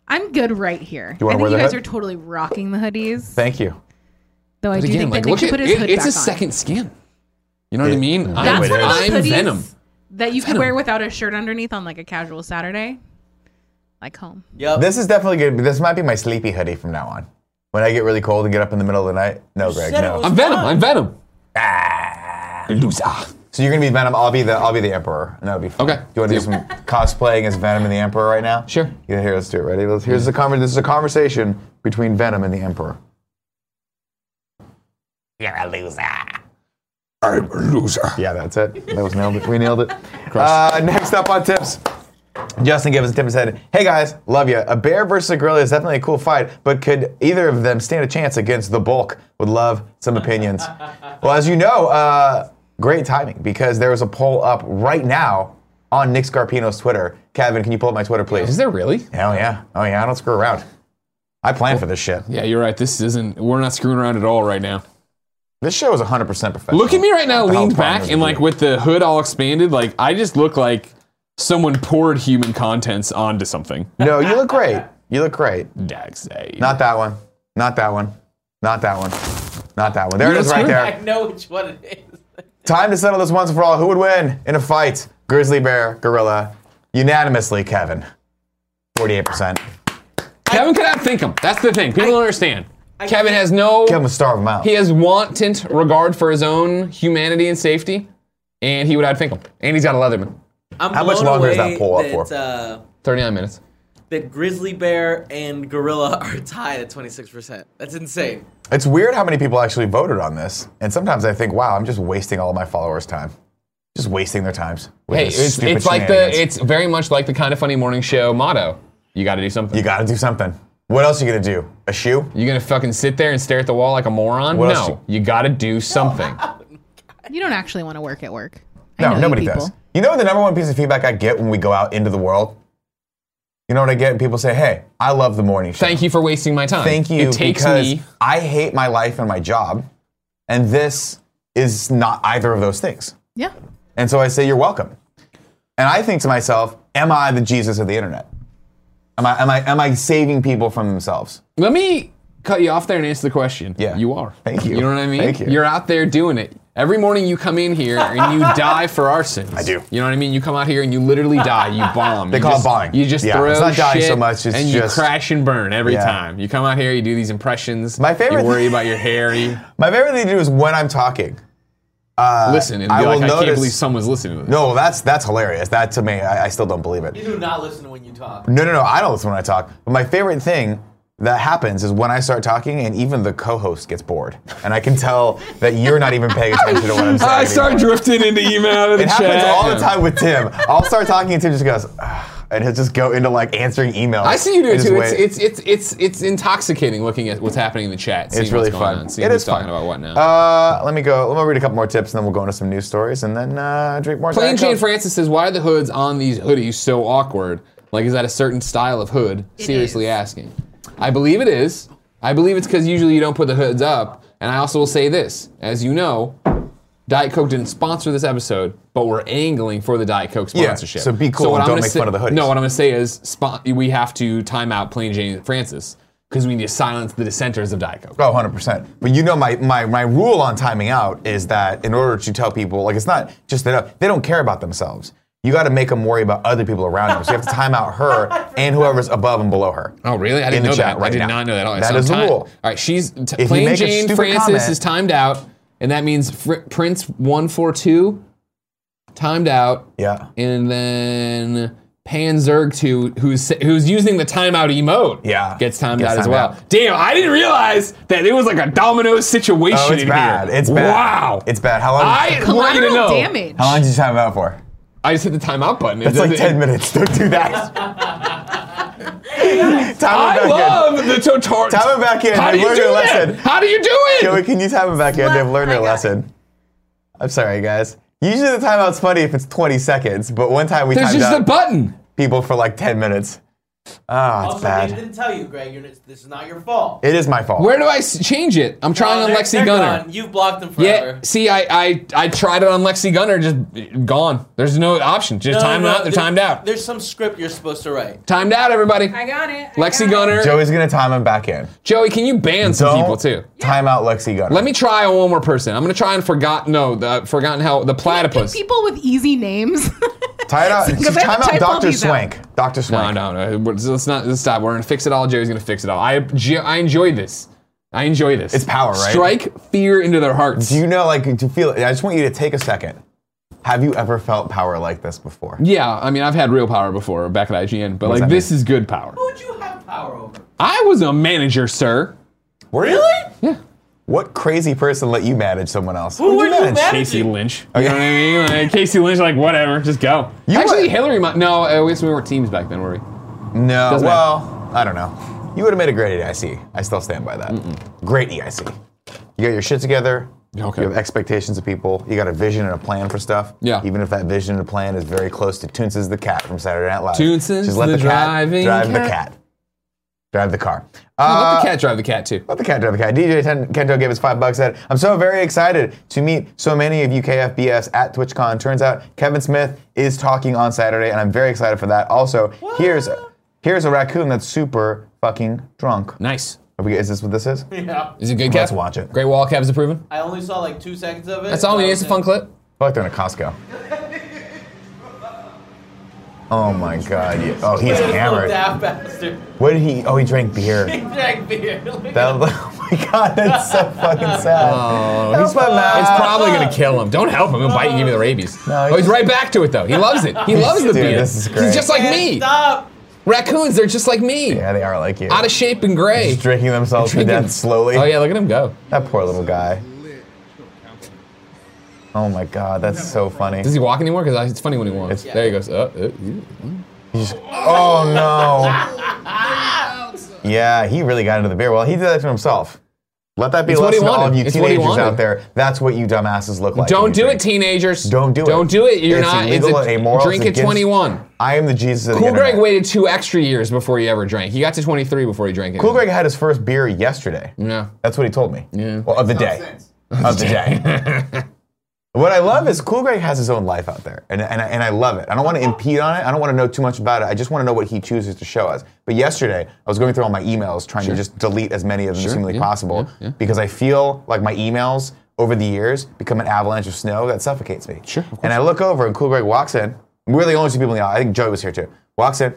Speaker 7: I'm good right here.
Speaker 1: You wanna
Speaker 7: I think
Speaker 1: wear
Speaker 7: you
Speaker 1: the
Speaker 7: guys
Speaker 1: hood?
Speaker 7: are totally rocking the hoodies.
Speaker 1: Thank you.
Speaker 7: Though I
Speaker 2: But
Speaker 7: do
Speaker 2: again,
Speaker 7: think
Speaker 2: like,
Speaker 7: that Nick
Speaker 2: look
Speaker 7: should
Speaker 2: at
Speaker 7: put his
Speaker 2: it,
Speaker 7: hood
Speaker 2: it's
Speaker 7: back
Speaker 2: a
Speaker 7: on.
Speaker 2: second skin. You know what
Speaker 1: It-
Speaker 2: I
Speaker 1: That's
Speaker 2: mean?
Speaker 7: That's
Speaker 1: Wait,
Speaker 7: one of those
Speaker 2: I'm
Speaker 7: hoodies
Speaker 2: Venom.
Speaker 7: that you could
Speaker 2: Venom.
Speaker 7: wear without a shirt underneath on like a casual Saturday, like home.
Speaker 4: Yep.
Speaker 1: This is definitely good. But this might be my sleepy hoodie from now on. When I get really cold and get up in the middle of the night, no, Greg,
Speaker 4: said it
Speaker 1: no.
Speaker 4: was-
Speaker 2: I'm Venom. I'm Venom.
Speaker 1: Ah.
Speaker 2: Loser.
Speaker 1: So you're gonna be Venom. I'll be the I'll be the Emperor, and that'll be fun.
Speaker 2: Okay.
Speaker 1: Do you want to do
Speaker 2: Deal.
Speaker 1: some cosplaying as Venom and the Emperor right now?
Speaker 2: Sure.
Speaker 1: Yeah, here, let's do it. Ready? Let's, here's the conver- This is a conversation between Venom and the Emperor.
Speaker 8: You're a loser.
Speaker 2: I'm a loser.
Speaker 1: Yeah, that's it. That was nailed. It. We nailed it. Uh, next up on tips. Justin Gibbons Tim said, "Hey guys, love you. A bear versus a gorilla is definitely a cool fight, but could either of them stand a chance against the bulk? Would love some
Speaker 2: [LAUGHS]
Speaker 1: opinions." well, as you know, uh, great timing because there is a poll up right now on Nick Scarpino's Twitter. Kevin, can you pull up my Twitter,
Speaker 2: Is
Speaker 1: please?
Speaker 2: there really?
Speaker 1: Hell yeah! Oh yeah! I don't screw around. I plan for this shit.
Speaker 2: Yeah, you're right. This isn't. We're not screwing around at all right now.
Speaker 1: This show is 100% professional.
Speaker 2: Look at me right now,
Speaker 1: What the hell
Speaker 2: leaned
Speaker 1: problem
Speaker 2: back
Speaker 1: is
Speaker 2: and like
Speaker 1: you?
Speaker 2: with the hood all expanded. Like I just look like someone poured human contents onto something.
Speaker 1: No, you
Speaker 2: [LAUGHS]
Speaker 1: look great. You look great.
Speaker 2: Dax, hey.
Speaker 1: Not that one. Not that one. Not that one. Not that one. There it
Speaker 2: You're
Speaker 1: is right
Speaker 2: screwed.
Speaker 1: there.
Speaker 4: [LAUGHS] I know which one it is.
Speaker 1: Time to settle this once and for all. Who would win in a fight? Grizzly bear, gorilla. Unanimously, Kevin. 48%.
Speaker 2: Kevin could outthink him. That's the thing. People don't understand. Kevin has no.
Speaker 1: Kevin would starve him out.
Speaker 2: He has wanton regard for his own humanity and safety, and he would outthink him. And he's got a Leatherman.
Speaker 4: I'm
Speaker 1: How much
Speaker 4: blown
Speaker 1: longer is that
Speaker 4: away
Speaker 1: poll up for?
Speaker 4: that, Uh,
Speaker 2: 39 minutes.
Speaker 4: that grizzly bear and gorilla [LAUGHS] are tied at 26%. That's insane.
Speaker 1: It's weird how many people actually voted on this. And sometimes I think, wow, I'm just wasting all my followers' time. Just wasting their times. with
Speaker 2: Hey,
Speaker 1: this
Speaker 2: it's,
Speaker 1: stupid
Speaker 2: it's like the.
Speaker 1: shenanigans.
Speaker 2: It's very much like the kind of funny morning show motto. You got to do something.
Speaker 1: you gotta do something. What else are you gonna do? A shoe?
Speaker 2: You gonna fucking sit there and stare at the wall like a moron?
Speaker 1: What else
Speaker 2: no, you gotta do something.
Speaker 7: You don't actually want to work at work. I know
Speaker 1: No,
Speaker 7: you
Speaker 1: nobody
Speaker 7: people.
Speaker 1: does. You know the number one piece of feedback I get when we go out into the world? You know what I get? People say, hey, I love the morning show.
Speaker 2: Thank you for wasting my time.
Speaker 1: Thank you
Speaker 2: Um, It takes
Speaker 1: because
Speaker 2: me.
Speaker 1: I hate my life and my job, and this is not either of those things.
Speaker 7: Yeah.
Speaker 1: And so I say, you're welcome. And I think to myself, am I the Jesus of the internet? Am I, am I, am I saving people from themselves?
Speaker 2: Let me cut you off there and answer the question.
Speaker 1: Yeah.
Speaker 2: you are.
Speaker 1: Thank you.
Speaker 2: You know what I mean?
Speaker 1: Thank you.
Speaker 2: You're out there doing it. Every morning you come in here
Speaker 1: [LAUGHS]
Speaker 2: and you die for our sins. I
Speaker 1: do.
Speaker 2: You know what I mean? You come out here and you literally die.
Speaker 1: [LAUGHS]
Speaker 2: You bomb. They
Speaker 1: call it bombing.
Speaker 2: You just
Speaker 1: Yeah,
Speaker 2: throw
Speaker 1: it's not dying
Speaker 2: shit
Speaker 1: so much, it's
Speaker 2: and
Speaker 1: just-
Speaker 2: you crash and burn every
Speaker 1: Yeah.
Speaker 2: time. You come out here, you do these impressions.
Speaker 1: My favorite
Speaker 2: You worry
Speaker 1: thing-
Speaker 2: about your hair. You
Speaker 1: My favorite thing to do is when I'm talking. uh,
Speaker 2: listen and
Speaker 1: [LAUGHS]
Speaker 2: be
Speaker 1: I
Speaker 2: like,
Speaker 1: will
Speaker 2: I can't
Speaker 1: notice-
Speaker 2: believe someone's listening to this.
Speaker 1: No, that's that's hilarious. That to me, I, I still don't believe it.
Speaker 4: You do not listen when you talk.
Speaker 1: No, no, no. I don't listen when I talk. But my favorite thing that happens is when I start talking, and even the co-host gets bored, and I can tell that you're not even paying attention to what I'm saying.
Speaker 2: [LAUGHS] I start
Speaker 1: anymore.
Speaker 2: drifting into email out of the
Speaker 1: It
Speaker 2: chat.
Speaker 1: happens all the time with Tim. I'll start talking, and Tim just goes, "Ah," and he'll just go into like answering emails.
Speaker 2: I see you do
Speaker 1: and
Speaker 2: it
Speaker 1: just
Speaker 2: too.
Speaker 1: wait.
Speaker 2: It's, it's it's it's it's intoxicating looking at what's happening in the chat. Seeing
Speaker 1: It's really
Speaker 2: what's going
Speaker 1: fun.
Speaker 2: On, seeing
Speaker 1: It
Speaker 2: who's
Speaker 1: is
Speaker 2: talking
Speaker 1: fun.
Speaker 2: about what now.
Speaker 1: Uh, let me go. Let me read a couple more tips, and then we'll go into some news stories, and then uh, drink more.
Speaker 2: Plain
Speaker 1: Diet Coke.
Speaker 2: Jane Francis says, "Why are the hoods on these hoodies so awkward? Like, is that a certain style of hood?" Seriously
Speaker 7: is.
Speaker 2: asking. I believe it is. I believe it's because usually you don't put the hoods up. And I also will say this: as you know, Diet Coke didn't sponsor this episode, but we're angling for the Diet Coke
Speaker 1: Yeah,
Speaker 2: sponsorship.
Speaker 1: so be cool
Speaker 2: what
Speaker 1: and
Speaker 2: I'm
Speaker 1: don't
Speaker 2: gonna
Speaker 1: make
Speaker 2: say-
Speaker 1: fun of the hoodies.
Speaker 2: No, what I'm going to say is, spon- we have to time out Plain Jane Francis because we need to silence the dissenters of Diet Coke.
Speaker 1: Oh, 100%. But you know, my, my, my rule on timing out is that in order to tell people, like, it's not just that uh, they don't care about themselves. You got to make them worry about other people around them. So you have to time out her and whoever's above and below her.
Speaker 2: Oh, really? I
Speaker 1: In
Speaker 2: didn't
Speaker 1: the
Speaker 2: know
Speaker 1: chat
Speaker 2: that. I
Speaker 1: right
Speaker 2: did
Speaker 1: now.
Speaker 2: not know that. All right,
Speaker 1: That
Speaker 2: so
Speaker 1: is the
Speaker 2: I'm ti-
Speaker 1: rule.
Speaker 2: All right, she's t-
Speaker 1: you
Speaker 2: plain
Speaker 1: make a
Speaker 2: Jane
Speaker 1: stupid
Speaker 2: Francis
Speaker 1: comment-
Speaker 2: is timed out, and that means Fr- Prince one four two timed out,
Speaker 1: Yeah.
Speaker 2: and then Panzerg two, who's who's using the timeout emote,
Speaker 1: Yeah.
Speaker 2: gets timed
Speaker 1: Gets
Speaker 2: out as
Speaker 1: timed
Speaker 2: well.
Speaker 1: out.
Speaker 2: Damn, I didn't realize that it was like a domino situation.
Speaker 1: Oh, it's
Speaker 2: in
Speaker 1: bad.
Speaker 2: Here.
Speaker 1: It's bad.
Speaker 2: Wow,
Speaker 1: It's bad. How long?
Speaker 2: I want you to
Speaker 7: Collateral
Speaker 2: know.
Speaker 7: damage.
Speaker 1: how long did you time out for?
Speaker 2: I just hit the timeout button. It
Speaker 1: It's like
Speaker 2: doesn't-
Speaker 1: 10 minutes. Don't do that. time
Speaker 2: [LAUGHS] I
Speaker 1: it back in.
Speaker 2: love the total.
Speaker 1: Time it back in.
Speaker 2: How do
Speaker 1: They've
Speaker 2: you
Speaker 1: learned
Speaker 2: do
Speaker 1: their
Speaker 2: that?
Speaker 1: lesson.
Speaker 2: How do you do it?
Speaker 1: Joey, can you time it back in?
Speaker 7: Slap
Speaker 1: They've learned their
Speaker 7: my guy.
Speaker 1: lesson. I'm sorry, guys. Usually the timeout's funny if it's 20 seconds, but one time we
Speaker 2: There's
Speaker 1: timed
Speaker 2: just
Speaker 1: out
Speaker 2: a button.
Speaker 1: people for like 10 minutes. Ah, it's
Speaker 4: Also, they
Speaker 1: bad.
Speaker 4: didn't tell you, Greg. You're, this is not your fault.
Speaker 1: It is my fault.
Speaker 2: Where do I s- change it? I'm trying
Speaker 4: Oh,
Speaker 2: on
Speaker 4: they're-
Speaker 2: Lexi
Speaker 4: they're
Speaker 2: Gunner.
Speaker 4: gone. You've blocked them forever.
Speaker 2: Yeah, see, I, I I tried it on Lexi Gunner, just gone. There's no option. Just
Speaker 4: No,
Speaker 2: time
Speaker 4: no,
Speaker 2: out. They're
Speaker 4: there-
Speaker 2: timed out.
Speaker 4: There's some script you're supposed to write.
Speaker 2: timed out, everybody.
Speaker 7: I got it. I got
Speaker 2: Lexi
Speaker 7: it.
Speaker 2: Gunner.
Speaker 1: Joey's gonna time him back in.
Speaker 2: Joey, can you ban some
Speaker 1: Don't
Speaker 2: people too?
Speaker 1: Time out Lexi Gunner.
Speaker 2: Let me try on one more person. I'm gonna try and forgot. No, the forgotten how the platypus.
Speaker 7: People with
Speaker 1: [LAUGHS]
Speaker 7: easy names.
Speaker 1: tie it out.
Speaker 7: Because I have
Speaker 1: time
Speaker 7: to
Speaker 1: out
Speaker 7: type all
Speaker 1: Dr.
Speaker 7: these out.
Speaker 1: Swank. Dr.
Speaker 2: No,
Speaker 1: Swank.
Speaker 2: no, no. We're- Let's not let's stop. We're gonna fix it all. Joey's gonna fix it all. I Je- I enjoy this. I enjoy this.
Speaker 1: It's power, right?
Speaker 2: Strike fear into their hearts.
Speaker 1: Do you know, like, do you feel I just want you to take a second. Have you ever felt power like this before?
Speaker 2: yeah, I mean, I've had real power before back at IGN, but
Speaker 1: does
Speaker 2: like
Speaker 1: that
Speaker 2: this is good power.
Speaker 7: Oh,
Speaker 4: Who would you have power over?
Speaker 2: I was a manager, sir.
Speaker 1: Really?
Speaker 2: Yeah.
Speaker 1: What crazy person let you manage someone else? Who'd
Speaker 4: were you managing?
Speaker 2: Casey Lynch. You know what I mean? Like, Casey Lynch, like whatever, just go.
Speaker 1: You
Speaker 2: Actually,
Speaker 1: would-
Speaker 2: Hillary. Might, no, I guess we weren't teams back then, were we?
Speaker 1: No.
Speaker 2: Doesn't
Speaker 1: well, I don't know. You would have made a great EIC. I still stand by that. Great EIC. You got your shit together.
Speaker 2: Okay.
Speaker 1: You have expectations of people. You got a vision and a plan for stuff.
Speaker 2: Yeah.
Speaker 1: Even if that vision and plan is very close to Toonces the cat from Saturday Night Live.
Speaker 2: Toonces
Speaker 1: Just let
Speaker 2: the
Speaker 1: the, cat
Speaker 2: driving
Speaker 1: drive the
Speaker 2: cat.
Speaker 1: cat. Drive the car.
Speaker 2: No,
Speaker 1: Uh,
Speaker 2: let the cat drive the cat too.
Speaker 1: Let the cat drive the cat. DJ Ten- Kento gave us five bucks. Said, "I'm so very excited to meet so many of you KFBFs at TwitchCon. Turns out Kevin Smith is talking on Saturday, and I'm very excited for that. Also, here's here's a raccoon that's super fucking drunk.
Speaker 2: Nice.
Speaker 1: Are we- Is this what this is?
Speaker 4: Yeah.
Speaker 2: Is it good?
Speaker 1: Let's
Speaker 2: Kev?
Speaker 1: watch it.
Speaker 2: Great wall. Kev's approving.
Speaker 4: I only saw like two seconds of it.
Speaker 2: That's all we need. It's a fun clip.
Speaker 1: Fuck, they're in a
Speaker 2: [LAUGHS]
Speaker 1: Costco. Oh my god. yeah. Oh, he's hammered.
Speaker 4: Daft bastard. [LAUGHS]
Speaker 1: What did he? Oh, he drank
Speaker 2: [LAUGHS]
Speaker 1: beer.
Speaker 4: Drag beer. Look
Speaker 1: That,
Speaker 4: at
Speaker 1: [LAUGHS]
Speaker 4: him.
Speaker 1: oh my god, that's so
Speaker 2: [LAUGHS]
Speaker 1: fucking sad.
Speaker 2: Oh, he's
Speaker 1: Help him out.
Speaker 2: It's probably gonna kill him. Don't help him. He'll bite you, give you the rabies.
Speaker 1: No,
Speaker 2: oh, he's
Speaker 1: he's-
Speaker 2: right back to it
Speaker 1: [LAUGHS]
Speaker 2: though. He loves it. He loves the
Speaker 1: Dude,
Speaker 2: beer.
Speaker 1: this is great.
Speaker 2: He's just like me.
Speaker 4: Stop.
Speaker 2: Raccoons, they're just like me.
Speaker 1: yeah, they are like you.
Speaker 2: Out of shape and gray.
Speaker 1: Just drinking themselves
Speaker 2: Drinking-
Speaker 1: to death slowly.
Speaker 2: Oh yeah, look at him go.
Speaker 1: That poor little guy. Oh my god, that's so funny.
Speaker 2: Does he walk anymore? Because it's funny when he walks.
Speaker 1: It's-
Speaker 2: There he goes. Uh, uh, ew.
Speaker 1: Oh no. Yeah, he really got into the beer. Well, he did that to himself. Let that be
Speaker 2: It's
Speaker 1: a
Speaker 2: what he
Speaker 1: lesson to all of
Speaker 2: wanted.
Speaker 1: you
Speaker 2: It's what he
Speaker 1: teenagers
Speaker 2: wanted.
Speaker 1: out there. That's what you dumbasses look like. when
Speaker 2: Don't
Speaker 1: you
Speaker 2: do it,
Speaker 1: drink.
Speaker 2: teenagers.
Speaker 1: Don't do it.
Speaker 2: Don't do it. You're
Speaker 1: It's
Speaker 2: not.
Speaker 1: illegal
Speaker 2: it's a,
Speaker 1: and immoral.
Speaker 2: Drink
Speaker 1: It's
Speaker 2: at
Speaker 1: against-
Speaker 2: 21.
Speaker 1: I am the Jesus of the
Speaker 2: Cool Greg
Speaker 1: internet.
Speaker 2: waited two extra years before he ever drank. He got to 23 before he drank it.
Speaker 1: Cool Greg had his first beer yesterday.
Speaker 2: Yeah.
Speaker 1: That's what he told me. Yeah. Well, of the day. Of the day.
Speaker 2: [LAUGHS]
Speaker 1: what I love is Cool Greg has his own life out there, and, and, I, and I love it. I don't want to impede on it. I don't want to know too much about it. I just want to know what he chooses to show us. But yesterday, I was going through all my emails trying to just delete as many of them as humanly
Speaker 2: yeah,
Speaker 1: possible
Speaker 2: yeah, yeah.
Speaker 1: because I feel like my emails over the years become an avalanche of snow that suffocates me.
Speaker 2: Sure, of course.
Speaker 1: And I look over, and Cool Greg walks in. We're the only two people in the aisle. I think Joey was here too. Walks in,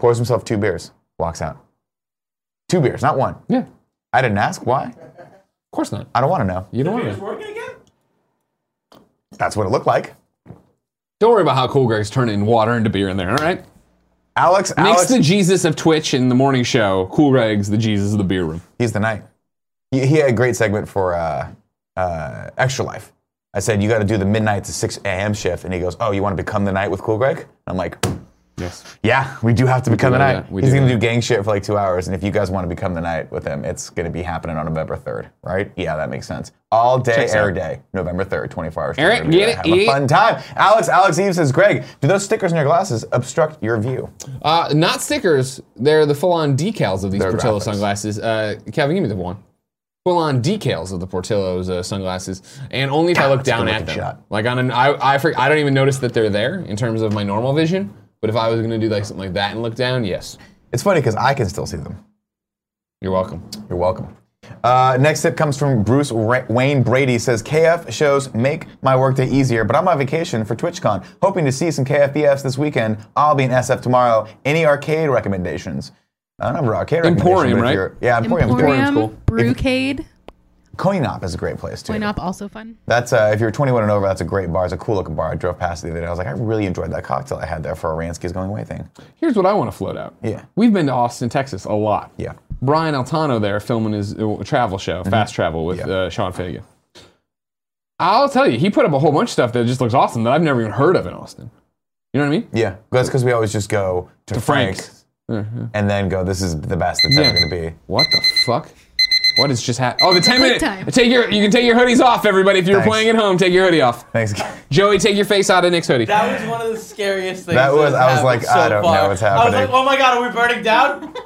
Speaker 1: pours himself two beers, walks out. Two beers, not one.
Speaker 2: Yeah. Of
Speaker 1: I didn't ask why.
Speaker 2: course not.
Speaker 1: I don't want to know.
Speaker 2: You don't want
Speaker 4: It's
Speaker 2: to.
Speaker 4: working again?
Speaker 1: That's what it looked like.
Speaker 2: Don't worry about how Cool Greg's turning water into beer in there, all right?
Speaker 1: Alex,
Speaker 2: Nick's
Speaker 1: Alex,
Speaker 2: the Jesus of Twitch in the morning show. Cool Greg's the Jesus of the beer room.
Speaker 1: he's the knight. He, he had a great segment for uh, uh, Extra Life. I said, you got to do the midnight to 6 a.m. shift. And he goes, oh, you want to become the knight with Cool Greg? And I'm like,
Speaker 2: Yes.
Speaker 1: yeah, we do have to become
Speaker 2: do
Speaker 1: the
Speaker 2: that.
Speaker 1: knight.
Speaker 2: We
Speaker 1: He's
Speaker 2: do
Speaker 1: going to
Speaker 2: that.
Speaker 1: do gang shit for like two hours. And if you guys want to become the knight with him, it's going to be happening on November 3rd, right? Yeah, that makes sense. All day,
Speaker 2: Checks
Speaker 1: air
Speaker 2: out.
Speaker 1: day, November 3rd, 24 hours. We're
Speaker 2: Eric,
Speaker 1: gonna be
Speaker 2: get
Speaker 1: there.
Speaker 2: it,
Speaker 1: Have a
Speaker 2: eat.
Speaker 1: fun time. Alex, Alex Eve says, Greg, do those stickers in your glasses obstruct your view?
Speaker 2: Uh, not stickers. They're the full-on decals of these
Speaker 1: They're
Speaker 2: Portillo
Speaker 1: graphics.
Speaker 2: sunglasses. Uh, Kevin, give me the one. Full-on decals of the Portillo's uh, sunglasses, and only if I look
Speaker 1: that's a
Speaker 2: down
Speaker 1: good
Speaker 2: at
Speaker 1: looking
Speaker 2: them.
Speaker 1: shot.
Speaker 2: Like on an, I, I, for- I don't even notice that they're there in terms of my normal vision. But if I was gonna do like something like that and look down, yes,
Speaker 1: It's funny because I can still see them.
Speaker 2: you're welcome.
Speaker 1: You're welcome. Uh, next tip comes from Bruce Ra- Wayne Brady. Says KF shows make my workday easier, but I'm on vacation for TwitchCon, hoping to see some KFBFs this weekend. I'll be in SF tomorrow. Any arcade recommendations? I don't have an arcade recommendation,
Speaker 2: Emporium,
Speaker 1: but if
Speaker 2: right?
Speaker 1: you're- Yeah, Emporium.
Speaker 7: Emporium,
Speaker 2: cool.
Speaker 7: Brewcade,
Speaker 1: Coinop is a great place too.
Speaker 7: Coinop, also fun.
Speaker 1: That's uh, if you're 21 and over, that's a great bar. It's a cool looking bar. I drove past it the other day. I was like, I really enjoyed that cocktail I had there for a Ransky's going away thing.
Speaker 2: Here's what I want to float out.
Speaker 1: Yeah.
Speaker 2: we've been to Austin, Texas, a lot.
Speaker 1: Yeah.
Speaker 2: Brian Altano there filming his uh, travel show, Fast Travel, with
Speaker 1: Yeah.
Speaker 2: uh, Sean Fagan. I'll tell you, he put up a whole bunch of stuff that just looks awesome that I've never even heard of in Austin. You know what I mean?
Speaker 1: Yeah, that's because we always just go to,
Speaker 2: Frank's.
Speaker 1: and then go. This is the best it's
Speaker 2: Mm-hmm. Yeah.
Speaker 1: ever going to be.
Speaker 2: What the fuck? What is just happening? Oh, the 10 minute.
Speaker 7: Playtime.
Speaker 2: Take your, you can take your hoodies off, everybody. If you're
Speaker 1: Thanks.
Speaker 2: playing at home, take your hoodie off.
Speaker 1: Thanks. [LAUGHS]
Speaker 2: Joey, take your face out of Nick's hoodie.
Speaker 4: That was one of the scariest things.
Speaker 1: That was-
Speaker 4: has
Speaker 1: I was
Speaker 4: happened
Speaker 1: like,
Speaker 4: so
Speaker 1: I don't know
Speaker 4: far.
Speaker 1: what's
Speaker 4: I was
Speaker 1: happening.
Speaker 4: like, oh my god, are we burning down? [LAUGHS]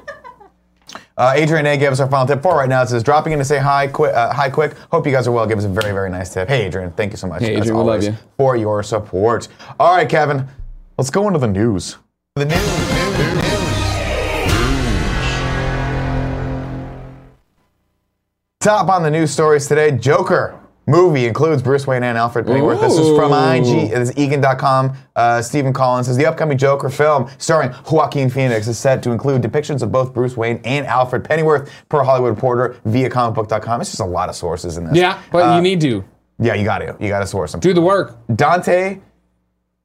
Speaker 1: Uh, Adrian A gave us our final tip for right now. It says dropping in to say hi, qui- uh, hi quick. Hope you guys are well. Give us a very, very nice tip. Hey, Adrian, thank you so much.
Speaker 2: Hey,
Speaker 1: as
Speaker 2: Adrian, we love
Speaker 1: always,
Speaker 2: you.
Speaker 1: for your support. All right, Kevin, let's go into the news. The news. news, news. Top on the news stories today: Joker movie includes Bruce Wayne and Alfred Pennyworth. This is from
Speaker 2: Ooh.
Speaker 1: IG. This is Egan.com. Uh, Stephen Collins says the upcoming Joker film starring Joaquin Phoenix is set to include depictions of both Bruce Wayne and Alfred Pennyworth, per Hollywood Reporter via comicbook.com. It's just a lot of sources in this.
Speaker 2: Yeah, but you need to
Speaker 1: Yeah, you got to. You got to source them.
Speaker 2: do the work.
Speaker 1: Dante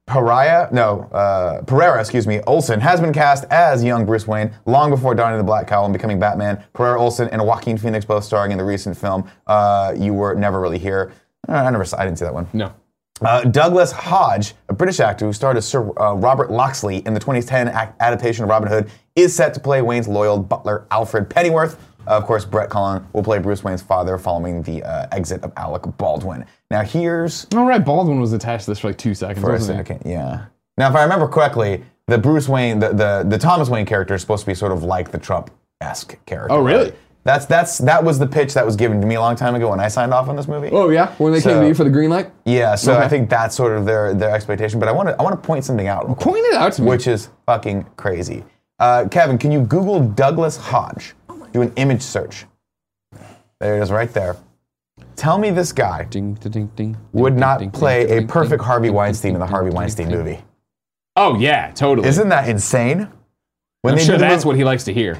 Speaker 1: Pariah, no, uh, Pereira, excuse me, Olsen has been cast as young Bruce Wayne long before donning the black cowl and becoming Batman. Pereira Olsen and Joaquin Phoenix both starring in the recent film uh, You Were Never Really Here. Uh, I never saw, I didn't see that one.
Speaker 2: No.
Speaker 1: Uh, Douglas Hodge, a British actor who starred as Sir uh, Robert Loxley in the 2010 ac- adaptation of Robin Hood, is set to play Wayne's loyal butler Alfred Pennyworth. Uh, of course, Brett Cullen will play Bruce Wayne's father following the uh, exit of Alec Baldwin. Now, here's
Speaker 2: All right, Baldwin was attached to this for like two seconds.
Speaker 1: for a
Speaker 2: wasn't he?
Speaker 1: second. Yeah. Now, if I remember correctly, the Bruce Wayne, the the, the Thomas Wayne character is supposed to be sort of like the Trump esque character.
Speaker 2: Oh, really?
Speaker 1: right? That's that's that was the pitch that was given to me a long time ago when I signed off on this movie.
Speaker 2: Oh yeah, when they came
Speaker 1: So-
Speaker 2: to you for the green light,
Speaker 1: Yeah. So
Speaker 2: Okay.
Speaker 1: I think that's sort of their their expectation. But I want to I want to point something out, real quick,
Speaker 2: point it out to me.
Speaker 1: which is fucking crazy. Uh, Kevin, can you Google Douglas Hodge? Do an image search. There it is, right there. Tell me this guy
Speaker 2: ding, ding, ding, ding,
Speaker 1: would
Speaker 2: ding,
Speaker 1: not
Speaker 2: ding,
Speaker 1: play
Speaker 2: ding, ding,
Speaker 1: a
Speaker 2: ding,
Speaker 1: perfect
Speaker 2: ding,
Speaker 1: Harvey
Speaker 2: ding,
Speaker 1: Weinstein in the
Speaker 2: ding,
Speaker 1: Harvey
Speaker 2: ding,
Speaker 1: Weinstein
Speaker 2: ding.
Speaker 1: movie.
Speaker 2: Oh yeah, totally.
Speaker 1: Isn't that insane? When
Speaker 2: I'm
Speaker 1: they
Speaker 2: sure
Speaker 1: do the
Speaker 2: that's
Speaker 1: mov-
Speaker 2: what he likes to hear.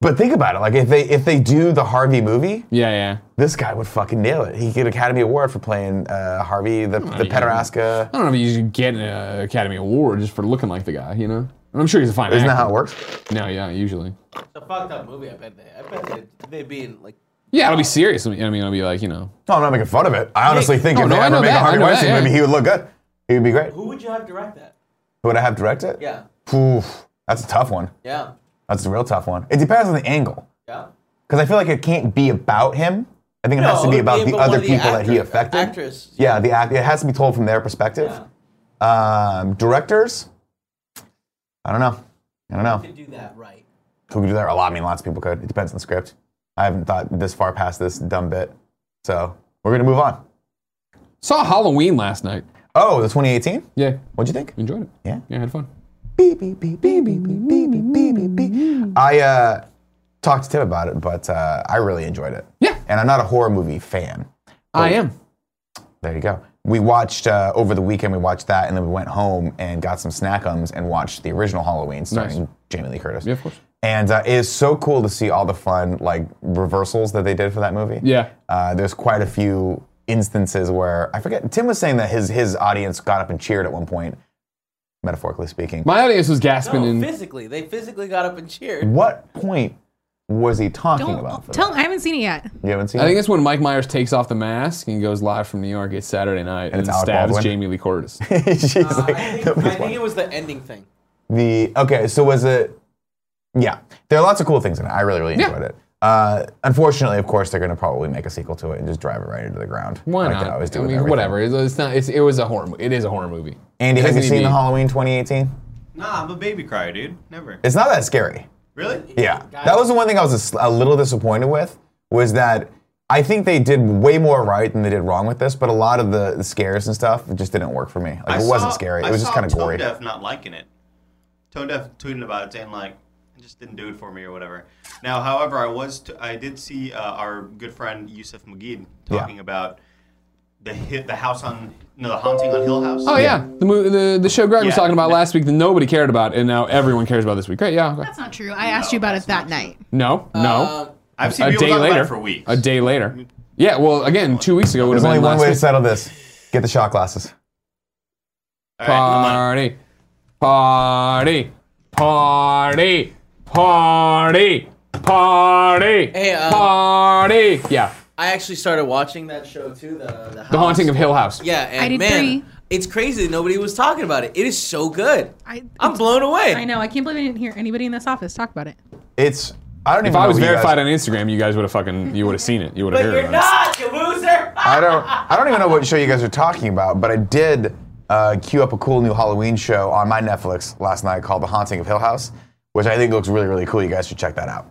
Speaker 1: But think about it. Like if they if they do the Harvey movie,
Speaker 2: Yeah, yeah.
Speaker 1: this guy would fucking nail it. He get Academy Award for playing uh, Harvey the the
Speaker 2: Oh, yeah.
Speaker 1: pederasca.
Speaker 2: I don't know if you should get an uh, Academy Award just for looking like the guy, you know? And I'm sure he's a fine
Speaker 1: Isn't that how
Speaker 2: actor.
Speaker 1: it works?
Speaker 2: No, yeah, usually.
Speaker 4: It's a fucked up movie. I bet they. I bet they. They'd be in like.
Speaker 2: Yeah, it'll be serious. I mean, I mean, it'll be like, you know,
Speaker 1: No, I'm not making fun of it. I honestly think
Speaker 2: no,
Speaker 1: if
Speaker 2: oh, no,
Speaker 1: they
Speaker 2: I
Speaker 1: ever
Speaker 2: know
Speaker 1: make
Speaker 2: that,
Speaker 1: a
Speaker 2: I
Speaker 1: Harvey
Speaker 2: know that,
Speaker 1: Weinstein
Speaker 2: yeah.
Speaker 1: movie, he would look good. He would be great.
Speaker 4: Who would you have direct that?
Speaker 1: Would I have directed?
Speaker 4: Yeah.
Speaker 1: Oof, that's a tough one.
Speaker 4: Yeah.
Speaker 1: That's a real tough one. It depends on the angle,
Speaker 4: Yeah.
Speaker 1: because I feel like it can't be about him. I think it has to be
Speaker 4: it'd
Speaker 1: about the
Speaker 4: one
Speaker 1: other
Speaker 4: of
Speaker 1: people that he
Speaker 4: actor-
Speaker 1: affected.
Speaker 4: Actress.
Speaker 1: Yeah, the act. It has to be told from their perspective.
Speaker 4: Yeah.
Speaker 1: Um, directors? I don't know. I don't know.
Speaker 4: Could do that right.
Speaker 1: Who could do that? A lot. I mean, lots of people could. It depends on the script. I haven't thought this far past this dumb bit. So we're going to move on.
Speaker 2: saw Halloween last night.
Speaker 1: Oh, the 2018?
Speaker 2: Yeah,
Speaker 1: What'd you think?
Speaker 2: enjoyed it.
Speaker 1: Yeah.
Speaker 2: Yeah, had fun.
Speaker 1: Beep, beep, beep, beep, beep, beep, beep, beep, beep, beep, beep. I uh, talked to Tim about it, but uh, I really enjoyed it.
Speaker 2: Yeah.
Speaker 1: And I'm not a horror movie fan.
Speaker 2: I am.
Speaker 1: There you go. We watched uh, over the weekend. We watched that, and then we went home and got some snackums and watched the original Halloween starring
Speaker 2: Nice.
Speaker 1: Jamie Lee Curtis.
Speaker 2: Yeah, of course.
Speaker 1: And uh, it is so cool to see all the fun like reversals that they did for that movie.
Speaker 2: Yeah.
Speaker 1: Uh, there's quite a few instances where I forget. Tim was saying that his his audience got up and cheered at one point, metaphorically speaking.
Speaker 2: My audience was gasping
Speaker 4: No,
Speaker 2: and
Speaker 4: physically, they physically got up and
Speaker 1: [LAUGHS]
Speaker 4: cheered.
Speaker 1: what point was he talking about?
Speaker 7: Don't
Speaker 1: For
Speaker 7: tell
Speaker 1: that?
Speaker 7: him I haven't seen it yet.
Speaker 1: You haven't seen.
Speaker 2: I think
Speaker 1: it?
Speaker 2: that's when Mike Myers takes off the mask and goes live from New York. It's Saturday night and,
Speaker 1: it's Alec
Speaker 2: stabs
Speaker 1: Baldwin.
Speaker 2: Jamie Lee Curtis.
Speaker 1: [LAUGHS] She's
Speaker 2: uh,
Speaker 1: like,
Speaker 4: I think,
Speaker 1: nobody's
Speaker 4: I think it was the ending thing.
Speaker 1: The okay, so was it? Yeah, there are lots of cool things in it. I really, really
Speaker 2: Yeah.
Speaker 1: enjoyed it. Uh, unfortunately, of course, they're going to probably make a sequel to it and just drive it right into the ground.
Speaker 2: Why
Speaker 1: like
Speaker 2: not?
Speaker 1: They always do
Speaker 2: I
Speaker 1: with
Speaker 2: mean,
Speaker 1: everything.
Speaker 2: whatever. It's, it's not. It's, it was a horror. mo- It is a horror movie.
Speaker 1: Andy,
Speaker 2: It
Speaker 1: have you
Speaker 2: doesn't need
Speaker 1: seen the
Speaker 2: to be-
Speaker 1: Halloween 2018?
Speaker 3: Nah, I'm a baby crier, dude. Never.
Speaker 1: It's not that scary.
Speaker 3: Really?
Speaker 1: Yeah, that was the one thing I was a, s- a little disappointed with was that I think they did way more right than they did wrong with this, but a lot of the, the scares and stuff it just didn't work for me. Like it wasn't scary. It was just kind of gory.
Speaker 3: Tone Deaf not liking it. Tone Deaf tweeting about it, saying like, "It just didn't do it for me" or whatever. Now, however, I was t- I did see uh, our good friend Yusuf Magid
Speaker 1: Yeah.
Speaker 3: talking about the hit, the house on no the haunting on Hill House.
Speaker 2: Oh yeah, the movie, the, the show Greg was
Speaker 3: Yeah.
Speaker 2: talking about last week that nobody cared about, and now everyone cares about this week. Great, yeah. okay.
Speaker 7: That's not true. I asked you about it that night.
Speaker 2: No, no.
Speaker 4: Um,
Speaker 3: I've seen
Speaker 2: a
Speaker 3: people
Speaker 2: day
Speaker 3: talk
Speaker 2: later.
Speaker 3: about it for weeks.
Speaker 2: A day later. Yeah. Well, again, two weeks ago would have
Speaker 1: There's only
Speaker 2: been
Speaker 1: one
Speaker 2: last
Speaker 1: way to
Speaker 2: week.
Speaker 1: settle this: get the shot glasses.
Speaker 3: All right, come on.
Speaker 2: Party, party, party, party, party,
Speaker 4: Hey, um,
Speaker 2: party. Yeah,
Speaker 4: I actually started watching that show too. The the,
Speaker 2: The Haunting of Hill House.
Speaker 4: Yeah, and
Speaker 7: I did
Speaker 4: man,
Speaker 7: three.
Speaker 4: it's crazy. that Nobody was talking about it. It is so good.
Speaker 7: I-
Speaker 4: I'm blown away.
Speaker 7: I know. I can't believe I didn't hear anybody in this office talk about it.
Speaker 1: It's I don't even
Speaker 2: If I
Speaker 1: know
Speaker 2: was
Speaker 1: who you guys-
Speaker 2: verified on Instagram, you guys would have fucking you would have seen it. You would have
Speaker 4: But
Speaker 2: heard
Speaker 4: you're
Speaker 2: about it.
Speaker 4: not, you loser.
Speaker 1: [LAUGHS] I don't. I don't even know what show you guys are talking about, but I did uh, queue up a cool new Halloween show on my Netflix last night called The Haunting of Hill House, which I think looks really really cool. You guys should check that out.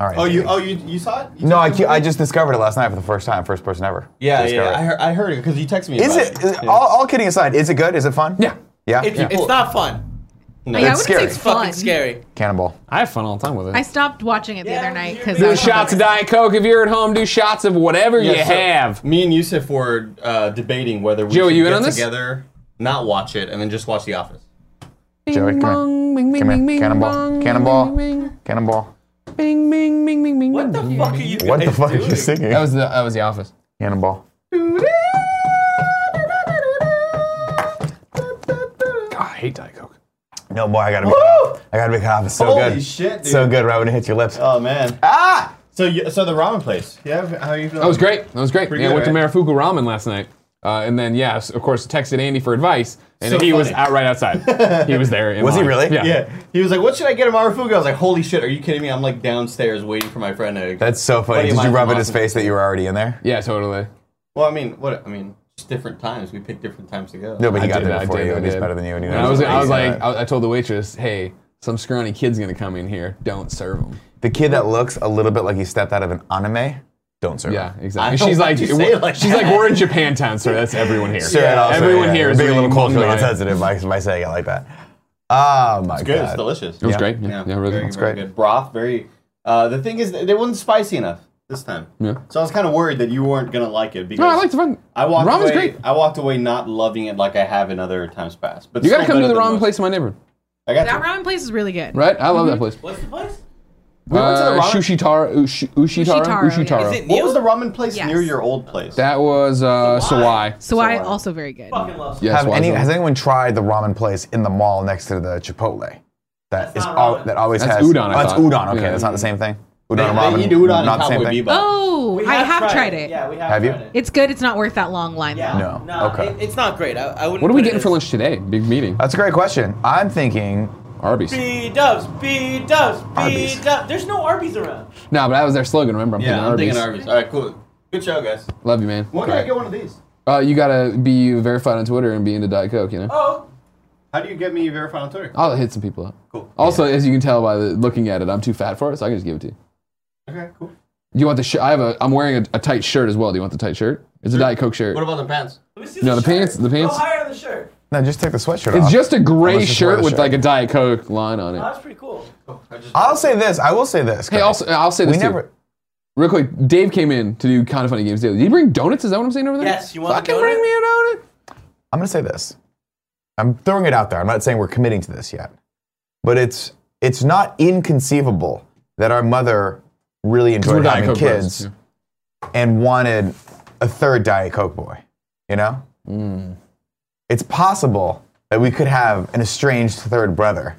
Speaker 1: All right.
Speaker 9: Oh, you oh you you saw it? You
Speaker 1: No, I,
Speaker 9: texted
Speaker 1: que-
Speaker 9: me?
Speaker 1: I just discovered it last night for the first time, first person ever. to
Speaker 9: Yeah, yeah,
Speaker 1: discover
Speaker 9: yeah.
Speaker 1: it.
Speaker 9: I heard, I heard it because you texted me.
Speaker 1: Is
Speaker 9: about
Speaker 1: it? Is,
Speaker 9: Yeah.
Speaker 1: all, all kidding aside, is it good? Is it fun?
Speaker 2: Yeah,
Speaker 1: Yeah.
Speaker 4: It- It's not fun.
Speaker 7: Oh, yeah, I
Speaker 1: It's
Speaker 7: wouldn't say
Speaker 1: scary.
Speaker 7: it's
Speaker 4: It's fucking
Speaker 7: fun.
Speaker 4: scary.
Speaker 1: Cannibal.
Speaker 2: I have fun all the time with it.
Speaker 7: I stopped watching it the
Speaker 4: Yeah,
Speaker 7: other night
Speaker 4: you're
Speaker 7: because
Speaker 4: being-
Speaker 2: do shots of Diet Coke if you're at home. Do shots of whatever
Speaker 9: Yeah,
Speaker 2: you
Speaker 9: so
Speaker 2: have.
Speaker 9: Me and Yusuf were uh, debating whether we
Speaker 2: Joe,
Speaker 9: should
Speaker 2: you in
Speaker 9: get
Speaker 2: on this?
Speaker 9: together, not watch it, and then just watch The Office.
Speaker 1: Joey, come on. Come here. Cannonball. Cannonball. Cannonball.
Speaker 2: Bing, bing, bing, bing, bing.
Speaker 4: What the fuck are you
Speaker 1: What the
Speaker 4: guys
Speaker 1: fuck are
Speaker 4: doing?
Speaker 1: you singing?
Speaker 2: That was the that was the office.
Speaker 1: Cannonball.
Speaker 2: God, I hate Diet Coke.
Speaker 1: No boy, I gotta be. Woo! I gotta be hot. It's so
Speaker 9: Holy
Speaker 1: good.
Speaker 9: shit, dude.
Speaker 1: So good right when it hits your lips.
Speaker 9: Oh man.
Speaker 1: Ah!
Speaker 9: So you, so the ramen place. Yeah. How you feeling?
Speaker 2: That was great. That was great.
Speaker 9: Pretty
Speaker 2: yeah, went
Speaker 9: good, right?
Speaker 2: to Marafuku Ramen last night. Uh, and then, yeah, s- of course, texted Andy for advice, and
Speaker 9: So
Speaker 2: he was
Speaker 9: funny.
Speaker 2: out right outside. he was there. in
Speaker 1: Was he
Speaker 2: line.
Speaker 1: really?
Speaker 2: Yeah.
Speaker 9: Yeah. He was like, "What should I get at Marafuga?" I was like, "Holy shit, are you kidding me?" I'm like downstairs waiting for my friend to.
Speaker 1: That's so
Speaker 9: Buddy
Speaker 1: funny.
Speaker 9: of
Speaker 1: Did you
Speaker 9: mine
Speaker 1: rub
Speaker 9: from
Speaker 1: in his
Speaker 9: Austin.
Speaker 1: face that you were already in there?
Speaker 2: Yeah, totally.
Speaker 9: Well, I mean, what I mean, just different times. We picked different times to go.
Speaker 1: No, but he
Speaker 2: I
Speaker 1: got
Speaker 2: did,
Speaker 1: there
Speaker 2: I
Speaker 1: before
Speaker 2: did,
Speaker 1: you,
Speaker 2: I
Speaker 1: and he's
Speaker 2: did.
Speaker 1: better than you. And he
Speaker 2: And I
Speaker 1: knows
Speaker 2: was,
Speaker 1: it.
Speaker 2: I was
Speaker 1: He's
Speaker 2: like,
Speaker 1: not-
Speaker 2: I, I told the waitress, hey, some scrawny kid's gonna come in here. Don't serve him.
Speaker 1: the kid that looks a little bit like he stepped out of an anime. Don't serve.
Speaker 2: Yeah,
Speaker 9: I
Speaker 2: exactly.
Speaker 9: don't
Speaker 2: She's
Speaker 9: like
Speaker 2: like,
Speaker 9: to say it like
Speaker 2: she's
Speaker 9: that.
Speaker 2: like, we're in Japantown, sir. That's everyone here.
Speaker 1: Sure, and also,
Speaker 2: everyone
Speaker 1: yeah,
Speaker 2: here is
Speaker 1: being a little
Speaker 2: reading
Speaker 1: culturally
Speaker 2: manga.
Speaker 1: insensitive by, by saying it like that. Oh my
Speaker 9: It's good. It's
Speaker 1: god.
Speaker 2: It
Speaker 9: delicious.
Speaker 2: was
Speaker 1: Yeah.
Speaker 2: great. Yeah, yeah, really.
Speaker 9: very,
Speaker 2: good.
Speaker 9: very
Speaker 1: great.
Speaker 9: Good broth. Very. Uh, the thing is, that it wasn't spicy enough this time.
Speaker 2: Yeah.
Speaker 9: So I was kind of worried that you weren't gonna like it because
Speaker 2: No, I liked the fun.
Speaker 9: I walked
Speaker 2: Ramen's
Speaker 9: away.
Speaker 2: great.
Speaker 9: I walked away not loving it like I have in other times past. But
Speaker 2: You gotta
Speaker 9: still
Speaker 2: come to the
Speaker 9: better than
Speaker 2: ramen
Speaker 9: most.
Speaker 2: place in my neighborhood,
Speaker 9: I got
Speaker 7: That
Speaker 9: you.
Speaker 7: ramen place is really good.
Speaker 2: right? I love that place.
Speaker 4: What's the place?
Speaker 2: We
Speaker 9: went to the ramen-
Speaker 2: Shushitaro. Ushi, Ushitaro.
Speaker 7: Ushitaro, yeah.
Speaker 2: Ushitaro.
Speaker 4: Is
Speaker 9: What
Speaker 4: it Neil?
Speaker 9: was the ramen place
Speaker 7: Yes.
Speaker 9: near your old place?
Speaker 2: That was uh,
Speaker 4: Sawai.
Speaker 2: Sawai.
Speaker 7: So I
Speaker 9: So, uh,
Speaker 7: also very good.
Speaker 4: Fucking love
Speaker 2: Yeah,
Speaker 1: Have
Speaker 2: Sawai's
Speaker 1: any,
Speaker 2: the one.
Speaker 1: has anyone tried the ramen place in the mall next to the Chipotle? That
Speaker 4: That's
Speaker 1: is
Speaker 4: not
Speaker 1: all,
Speaker 4: ramen.
Speaker 1: that always
Speaker 2: That's
Speaker 1: has.
Speaker 2: udon, I
Speaker 1: Oh, that's
Speaker 2: thought.
Speaker 1: udon. Okay,
Speaker 2: Yeah.
Speaker 1: that's not the same thing. Udon
Speaker 9: they,
Speaker 1: and ramen.
Speaker 9: they eat udon
Speaker 1: not
Speaker 9: and
Speaker 1: the same
Speaker 9: Cowboy
Speaker 1: thing.
Speaker 9: Bebop.
Speaker 7: Oh,
Speaker 4: We
Speaker 7: I have tried it.
Speaker 4: Yeah, we have,
Speaker 1: Have you?
Speaker 4: tried it.
Speaker 7: It's good. It's not worth that long line.
Speaker 4: yeah,
Speaker 1: No, okay.
Speaker 4: it- it's not great. I, I wouldn't.
Speaker 2: What are we
Speaker 4: put it
Speaker 2: getting for
Speaker 4: as-
Speaker 2: lunch today? Big meeting.
Speaker 1: That's a great question. I'm thinking
Speaker 2: Arby's.
Speaker 4: B Dubs, B Dubs, B
Speaker 1: Arby's.
Speaker 4: Dubs. There's no Arby's around.
Speaker 2: No, but that was their slogan. Remember, I'm
Speaker 9: Yeah,
Speaker 2: thinking
Speaker 9: I'm
Speaker 2: Arby's.
Speaker 9: thinking Arby's. All right, cool. Good show, guys.
Speaker 2: Love you, man.
Speaker 9: When can I
Speaker 2: Alright.
Speaker 9: get one of these?
Speaker 2: Uh, you gotta be verified on Twitter and be into Diet Coke. You know,
Speaker 4: Oh,
Speaker 9: How do you get me verified on Twitter?
Speaker 2: I'll hit some people up.
Speaker 9: Cool.
Speaker 2: Also, as you can tell by the, looking at it, I'm too fat for it, so I can just give it to you.
Speaker 9: Okay, cool.
Speaker 2: Do you want the shirt? I have a. I'm wearing a, a tight shirt as well. Do you want the tight shirt? It's a Diet Coke shirt.
Speaker 9: What about the pants?
Speaker 4: let me see
Speaker 2: No,
Speaker 4: the
Speaker 2: the pants-
Speaker 4: shirt.
Speaker 2: the pants.
Speaker 4: Go higher on the shirt.
Speaker 1: no, just take the sweatshirt off.
Speaker 2: It's just a gray
Speaker 1: Unless it's wear
Speaker 2: shirt
Speaker 1: the
Speaker 2: with
Speaker 1: shirt.
Speaker 2: like a Diet Coke line on
Speaker 4: Oh,
Speaker 2: it.
Speaker 4: that's pretty cool.
Speaker 9: I just,
Speaker 1: I'll say this. I will say this.
Speaker 2: Hey,
Speaker 1: Craig.
Speaker 2: also, I'll say this
Speaker 1: we
Speaker 2: too.
Speaker 1: never.
Speaker 2: Real quick, Dave came in to do kind of funny games daily. Did you bring donuts? Is that what I'm saying over there?
Speaker 4: Yes, you want a
Speaker 2: Fucking
Speaker 4: donut?
Speaker 2: bring me a donut.
Speaker 1: I'm gonna say this. I'm throwing it out there. I'm not saying we're committing to this yet, but it's it's not inconceivable that our mother really enjoyed having kids and wanted a third Diet Coke boy. You know,
Speaker 2: Mm.
Speaker 1: it's possible that we could have an estranged third brother.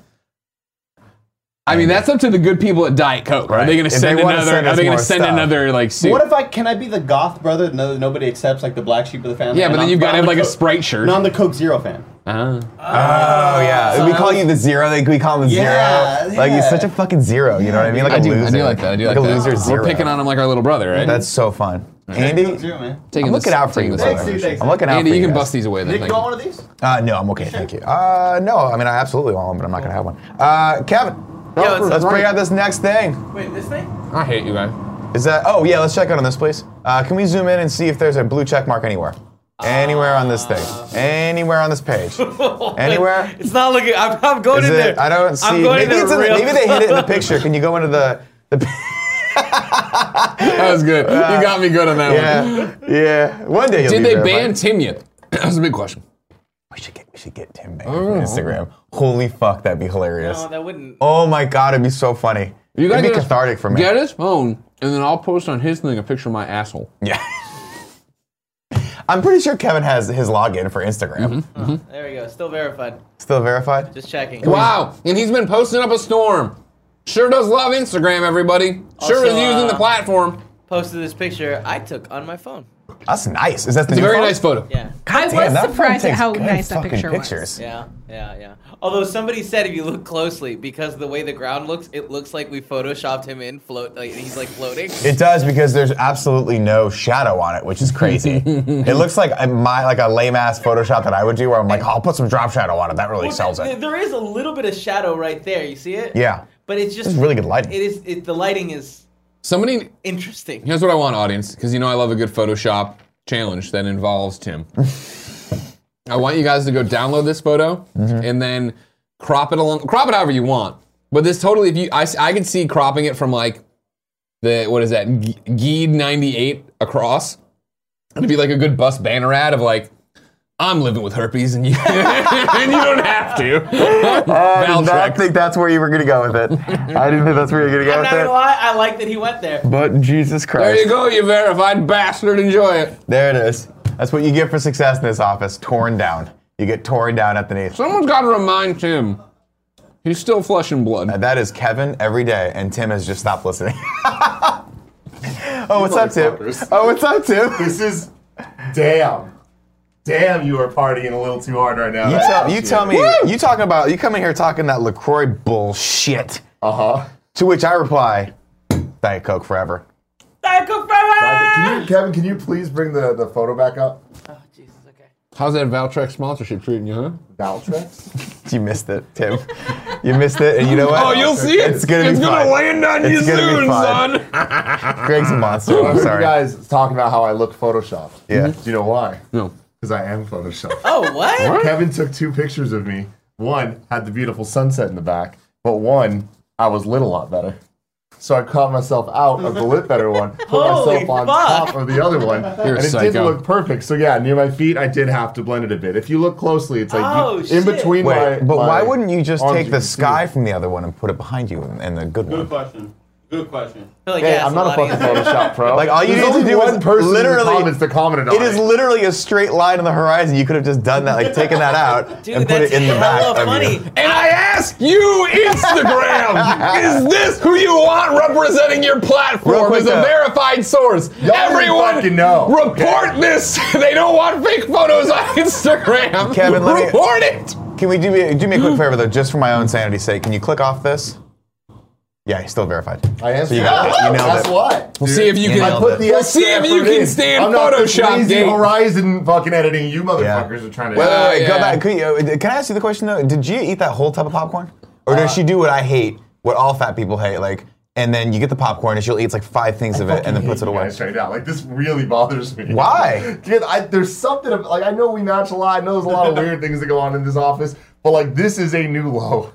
Speaker 2: I mean, that's up to the good people at Diet Coke. Are
Speaker 1: Right.
Speaker 2: they going to
Speaker 1: If they
Speaker 2: send
Speaker 1: wanna
Speaker 2: another?
Speaker 1: send us
Speaker 2: are they going
Speaker 1: more
Speaker 2: to send
Speaker 1: stuff.
Speaker 2: another like suit?
Speaker 9: What if I can I be the goth brother that no- nobody accepts, like the black sheep of the family?
Speaker 2: yeah,
Speaker 9: And
Speaker 2: but then
Speaker 9: I'm-
Speaker 2: you've got to
Speaker 9: I'm
Speaker 2: have like
Speaker 9: the
Speaker 2: a
Speaker 9: Coke-
Speaker 2: Sprite shirt.
Speaker 9: And I'm the Coke Zero fan.
Speaker 2: Ah.
Speaker 1: Oh yeah, we call you the zero. Like we call him the
Speaker 9: Yeah,
Speaker 1: zero. Like he's
Speaker 9: yeah.
Speaker 1: such a fucking zero. You know what I mean? Like a
Speaker 2: I do.
Speaker 1: loser.
Speaker 2: I do like that. I do like,
Speaker 1: a
Speaker 2: that.
Speaker 1: loser zero.
Speaker 2: We're picking on him like our little brother, right?
Speaker 1: That's so fun.
Speaker 9: Coke
Speaker 1: Andy,
Speaker 9: Zero, man.
Speaker 2: taking
Speaker 1: I'm
Speaker 2: this-
Speaker 1: looking out for
Speaker 2: taking
Speaker 1: you.
Speaker 2: this
Speaker 1: brother.
Speaker 9: Thanks, dude, thanks.
Speaker 1: I'm looking out
Speaker 2: Andy,
Speaker 1: for
Speaker 2: you can
Speaker 1: guys.
Speaker 2: bust these away. Then,
Speaker 9: Nick,
Speaker 2: thank
Speaker 9: you want
Speaker 2: you.
Speaker 9: one of these?
Speaker 1: Uh, no, I'm okay. Thank you. Uh, no, I mean I absolutely want one, but I'm not gonna have one. Uh, Kevin,
Speaker 4: Yo, it's-
Speaker 1: let's bring out this next thing.
Speaker 4: Wait, this thing?
Speaker 2: I hate you guys.
Speaker 9: [LAUGHS]
Speaker 1: Is that? Oh yeah, let's check out on this, please. Uh, can we zoom in and see if there's a blue check mark anywhere? Anywhere on this thing? Anywhere on this
Speaker 4: [LAUGHS]
Speaker 1: page? Anywhere?
Speaker 4: It's not looking. I'm, I'm going
Speaker 1: Is
Speaker 4: in
Speaker 1: it?
Speaker 4: there.
Speaker 1: I don't see.
Speaker 4: I'm going
Speaker 1: maybe,
Speaker 4: in
Speaker 1: it's
Speaker 4: there
Speaker 1: in the-
Speaker 4: real-
Speaker 1: maybe they hid it in the picture. Can you go into the? the [LAUGHS]
Speaker 2: That was good. you got me good on that one.
Speaker 1: yeah, yeah. One day you'll
Speaker 2: Did
Speaker 1: be
Speaker 2: they
Speaker 1: verified.
Speaker 2: ban Tim yet? [CLEARS THROAT] that was a big question.
Speaker 1: We should get we should get Tim back on
Speaker 2: Oh.
Speaker 1: Instagram. Holy fuck, that'd be hilarious.
Speaker 4: [LAUGHS] No, that wouldn't.
Speaker 1: Oh my god, it'd be so funny.
Speaker 2: You
Speaker 1: it'd
Speaker 2: gotta
Speaker 1: be
Speaker 2: get his-
Speaker 1: cathartic for me.
Speaker 2: Get his phone, and then I'll post on his thing a picture of my asshole.
Speaker 1: Yeah. [LAUGHS] I'm pretty sure Kevin has his login for Instagram.
Speaker 2: Mm-hmm. Uh-huh.
Speaker 4: Uh-huh. There we go. Still verified.
Speaker 1: Still verified?
Speaker 4: Just checking.
Speaker 2: Wow, and he's been posting up a storm. Sure does love Instagram, everybody. Sure
Speaker 4: Also,
Speaker 2: is using
Speaker 4: uh,
Speaker 2: the platform.
Speaker 4: Posted this picture I took on my phone.
Speaker 1: That's nice. Is that the
Speaker 2: It's
Speaker 1: new
Speaker 2: a very
Speaker 1: photo?
Speaker 2: nice photo.
Speaker 4: Yeah.
Speaker 7: I
Speaker 1: Damn, that
Speaker 7: was
Speaker 1: photo
Speaker 7: surprised at
Speaker 1: takes
Speaker 7: how
Speaker 1: good
Speaker 7: nice that
Speaker 1: fucking
Speaker 7: picture
Speaker 1: pictures.
Speaker 4: Yeah, yeah, yeah. Although somebody said if you look closely, because of the way the ground looks, it looks like we photoshopped him in float. Like he's like floating.
Speaker 1: It does because there's absolutely no shadow on it, which is
Speaker 2: [LAUGHS]
Speaker 1: crazy. it looks like a, my like a lame ass Photoshop that I would do, where I'm like, oh, I'll put some drop shadow on it. That really
Speaker 4: Well,
Speaker 1: sells
Speaker 4: th- th-
Speaker 1: it.
Speaker 4: There is a little bit of shadow right there. You see it?
Speaker 1: Yeah.
Speaker 4: But it's just
Speaker 1: This is really good lighting.
Speaker 4: It is. It, the lighting is
Speaker 2: Somebody,
Speaker 4: interesting.
Speaker 2: here's what I want, audience, because you know I love a good Photoshop challenge that involves Tim. I want you guys to go download this photo and then crop it along, crop it however you want. But this totally, if you, I, s- I could see cropping it from like the what is that, E Geed ninety eight across. It'd be like a good bus banner ad of like, I'm living with herpes and you, [LAUGHS] and you don't have to.
Speaker 1: I did
Speaker 2: Valtrex.
Speaker 1: not think that's where you were gonna go with it. I didn't think that's where you were
Speaker 4: I'm
Speaker 1: gonna
Speaker 4: not
Speaker 1: go with
Speaker 4: gonna
Speaker 1: it.
Speaker 4: lie. I like that he went there.
Speaker 1: But Jesus Christ.
Speaker 2: There you go, you verified bastard. Enjoy it.
Speaker 1: There it is. That's what you get for success in this office. Torn down. You get torn down at the knees.
Speaker 2: Someone's got to remind Tim. He's still flesh and blood.
Speaker 1: That is Kevin every day, and Tim has just stopped listening. [LAUGHS] oh, what's up, Tim?
Speaker 10: motherfuckers.
Speaker 1: Oh, what's up, Tim?
Speaker 10: This is damn. Damn, you are partying a little too hard right now.
Speaker 1: [LAUGHS] You tell, you tell me, you talking about, you come in here talking that LaCroix bullshit.
Speaker 10: Uh huh.
Speaker 1: To which I reply, Diet Coke forever.
Speaker 4: Diet Coke forever.
Speaker 10: Can you, Kevin, can you please bring the, the photo back up?
Speaker 4: Oh, Jesus. Okay.
Speaker 2: How's that Valtrex sponsorship treating you, huh?
Speaker 1: [LAUGHS]
Speaker 10: Valtrex?
Speaker 1: You missed it, Tim. You missed it, and you know what?
Speaker 2: Oh, you'll see it.
Speaker 1: It's gonna be
Speaker 2: It's gonna
Speaker 1: fine.
Speaker 2: land on
Speaker 1: It's
Speaker 2: you
Speaker 1: gonna be
Speaker 2: soon,
Speaker 1: fine.
Speaker 2: son.
Speaker 1: Greg's a monster. I'm
Speaker 10: heard
Speaker 1: sorry.
Speaker 10: Uh-huh. you guys talking about how I look photoshopped.
Speaker 1: Yeah.
Speaker 10: Do you know why?
Speaker 2: No.
Speaker 10: Because I am photoshopped.
Speaker 4: Oh, what?
Speaker 10: Kevin took two pictures of me. One had the beautiful sunset in the back, but one I was lit a lot better. So I caught myself out of the lit better one, put
Speaker 4: Holy
Speaker 10: myself on
Speaker 4: fuck.
Speaker 10: top of the other one,
Speaker 2: You're a
Speaker 10: and it
Speaker 2: psycho.
Speaker 10: didn't look perfect. So yeah, near my feet, I did have to blend it a bit. If you look closely, it's like
Speaker 4: Oh,
Speaker 10: you,
Speaker 4: shit.
Speaker 10: in between
Speaker 1: Wait,
Speaker 10: my.
Speaker 1: but
Speaker 10: my
Speaker 1: why wouldn't you just
Speaker 10: arms
Speaker 1: take the
Speaker 10: can see
Speaker 1: sky
Speaker 10: it.
Speaker 1: from the other one and put it behind you and, and the good one?
Speaker 9: Good question. Good question.
Speaker 4: I feel like,
Speaker 10: Hey,
Speaker 4: yeah,
Speaker 10: I'm not a
Speaker 4: it's
Speaker 10: fucking Photoshop pro.
Speaker 1: Like, all you
Speaker 10: There's
Speaker 1: need to
Speaker 10: only
Speaker 1: do is
Speaker 10: one person in the
Speaker 1: literally-
Speaker 10: comments that commented on
Speaker 1: It is literally a straight line on the horizon. You could have just done that, like taken that out
Speaker 4: [LAUGHS] Dude,
Speaker 1: and put
Speaker 4: that's
Speaker 1: it in the back
Speaker 4: hella
Speaker 1: of
Speaker 4: funny.
Speaker 1: you.
Speaker 2: And I ask you,
Speaker 1: [LAUGHS]
Speaker 2: Instagram, is this who you want representing your
Speaker 1: Real
Speaker 2: platform
Speaker 1: quick,
Speaker 2: as a
Speaker 1: though.
Speaker 2: verified source?
Speaker 10: didn't fucking know.
Speaker 2: report this. [LAUGHS] They don't want fake photos on Instagram.
Speaker 1: Kevin, let me-
Speaker 2: report it.
Speaker 1: Can we do me, do me a
Speaker 4: [GASPS]
Speaker 1: quick favor though, just for my own sanity's sake? Can you click off this? Yeah, he's still verified.
Speaker 10: I am.
Speaker 1: So you got it. You nailed
Speaker 10: That's
Speaker 1: it.
Speaker 10: why.
Speaker 2: We'll see if you
Speaker 1: you
Speaker 2: can.
Speaker 1: nailed
Speaker 10: I put the
Speaker 2: We'll
Speaker 10: extra
Speaker 2: see if you
Speaker 10: effort
Speaker 2: can
Speaker 10: in.
Speaker 2: stand
Speaker 10: I'm not this
Speaker 2: Photoshop
Speaker 10: lazy
Speaker 2: gate.
Speaker 10: Horizon fucking editing you
Speaker 1: Yeah.
Speaker 10: motherfuckers are trying to.
Speaker 1: Wait, wait, wait, go
Speaker 2: yeah.
Speaker 1: back. Could you- uh, can I ask you the question though? Did Gia eat that whole tub of popcorn, or
Speaker 10: Uh,
Speaker 1: does she do what I hate, what all fat people hate, like? And then you get the popcorn and she'll eat like five things of it and then puts it
Speaker 10: You
Speaker 1: away.
Speaker 10: guys Straight out. Like this really bothers me.
Speaker 1: Why?
Speaker 10: [LAUGHS] Dude, I, there's something of, like I know we match a lot. I know there's a lot
Speaker 1: [LAUGHS]
Speaker 10: of weird things that go on in this office, but like this is a new low.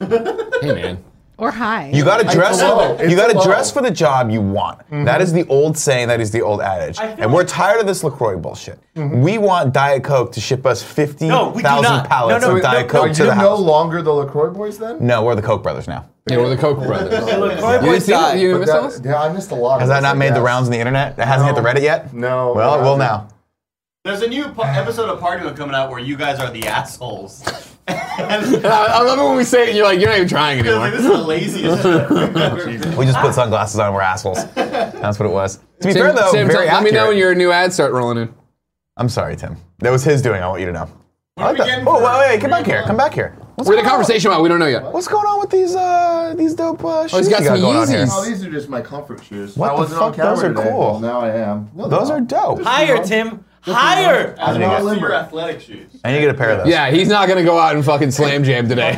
Speaker 2: Hey man,
Speaker 7: Or high.
Speaker 1: You gotta dress
Speaker 10: low.
Speaker 1: for the,
Speaker 10: It's
Speaker 1: you gotta
Speaker 10: low.
Speaker 1: dress for the job you want. That is the old saying. That is the old adage.
Speaker 4: Mm-hmm. I feel
Speaker 1: And we're
Speaker 4: like- Mm-hmm.
Speaker 1: tired of this Lacroix bullshit. We want Diet Coke to ship us fifty
Speaker 4: No, we
Speaker 1: thousand
Speaker 4: do not.
Speaker 1: pallets
Speaker 4: No, no,
Speaker 1: of
Speaker 10: Are
Speaker 1: Diet Coke
Speaker 10: you
Speaker 1: to the
Speaker 10: no
Speaker 1: house.
Speaker 10: longer the Lacroix boys then?
Speaker 1: no, we're the Coke brothers now.
Speaker 2: yeah, we're the Koch brothers.
Speaker 4: LaCroix
Speaker 2: You
Speaker 4: boys
Speaker 2: see that?
Speaker 4: died.
Speaker 2: You
Speaker 10: But
Speaker 2: missed
Speaker 10: that-
Speaker 2: us?
Speaker 10: yeah, I missed a lot.
Speaker 1: Has that not made the rounds on the internet? It hasn't hit
Speaker 10: No.
Speaker 1: the Reddit yet.
Speaker 10: No,
Speaker 1: Well,
Speaker 10: it
Speaker 1: it will
Speaker 10: hasn't.
Speaker 1: now.
Speaker 9: There's a new po- episode of Party Room coming out where you guys are the assholes. [LAUGHS]
Speaker 2: I I love it when we say it. You're like, you're not even trying anymore.
Speaker 9: Like, this is the
Speaker 2: [LAUGHS]
Speaker 9: laziest.
Speaker 2: Oh,
Speaker 9: shit we've ever been.
Speaker 1: We
Speaker 4: [LAUGHS]
Speaker 1: just put sunglasses on. We're assholes. That's what it was. To be
Speaker 2: Tim-
Speaker 1: fair though,
Speaker 2: Tim,
Speaker 1: very
Speaker 2: let me know
Speaker 1: accurate.
Speaker 2: when your new ads start rolling in.
Speaker 1: I'm sorry, Tim. That was his doing. I want you to know. I
Speaker 9: are
Speaker 1: like
Speaker 9: we
Speaker 1: that-
Speaker 9: getting
Speaker 1: Oh,
Speaker 9: for-
Speaker 1: wait, wait, come back here. Come back here. What's
Speaker 2: We're in a
Speaker 1: going on?
Speaker 2: conversation about we don't know yet.
Speaker 1: What's going on with these uh these dope uh, shoes?
Speaker 2: Oh, he's got
Speaker 1: you got
Speaker 2: some
Speaker 1: going on here?
Speaker 2: Yeezys.
Speaker 10: Oh, these are just my comfort shoes.
Speaker 1: What
Speaker 10: I
Speaker 1: the
Speaker 10: wasn't
Speaker 1: fuck?
Speaker 10: on camera
Speaker 1: Those are
Speaker 10: today.
Speaker 1: cool.
Speaker 10: Now I am. No,
Speaker 1: Those
Speaker 10: they're
Speaker 1: are
Speaker 10: not.
Speaker 1: dope.
Speaker 4: Higher, Tim. Higher.
Speaker 10: I'm
Speaker 1: didn't get-
Speaker 10: not
Speaker 9: Your
Speaker 10: limber.
Speaker 9: athletic shoes.
Speaker 1: I need to get a pair of those.
Speaker 2: Yeah, he's not gonna go out and fucking slam jam today.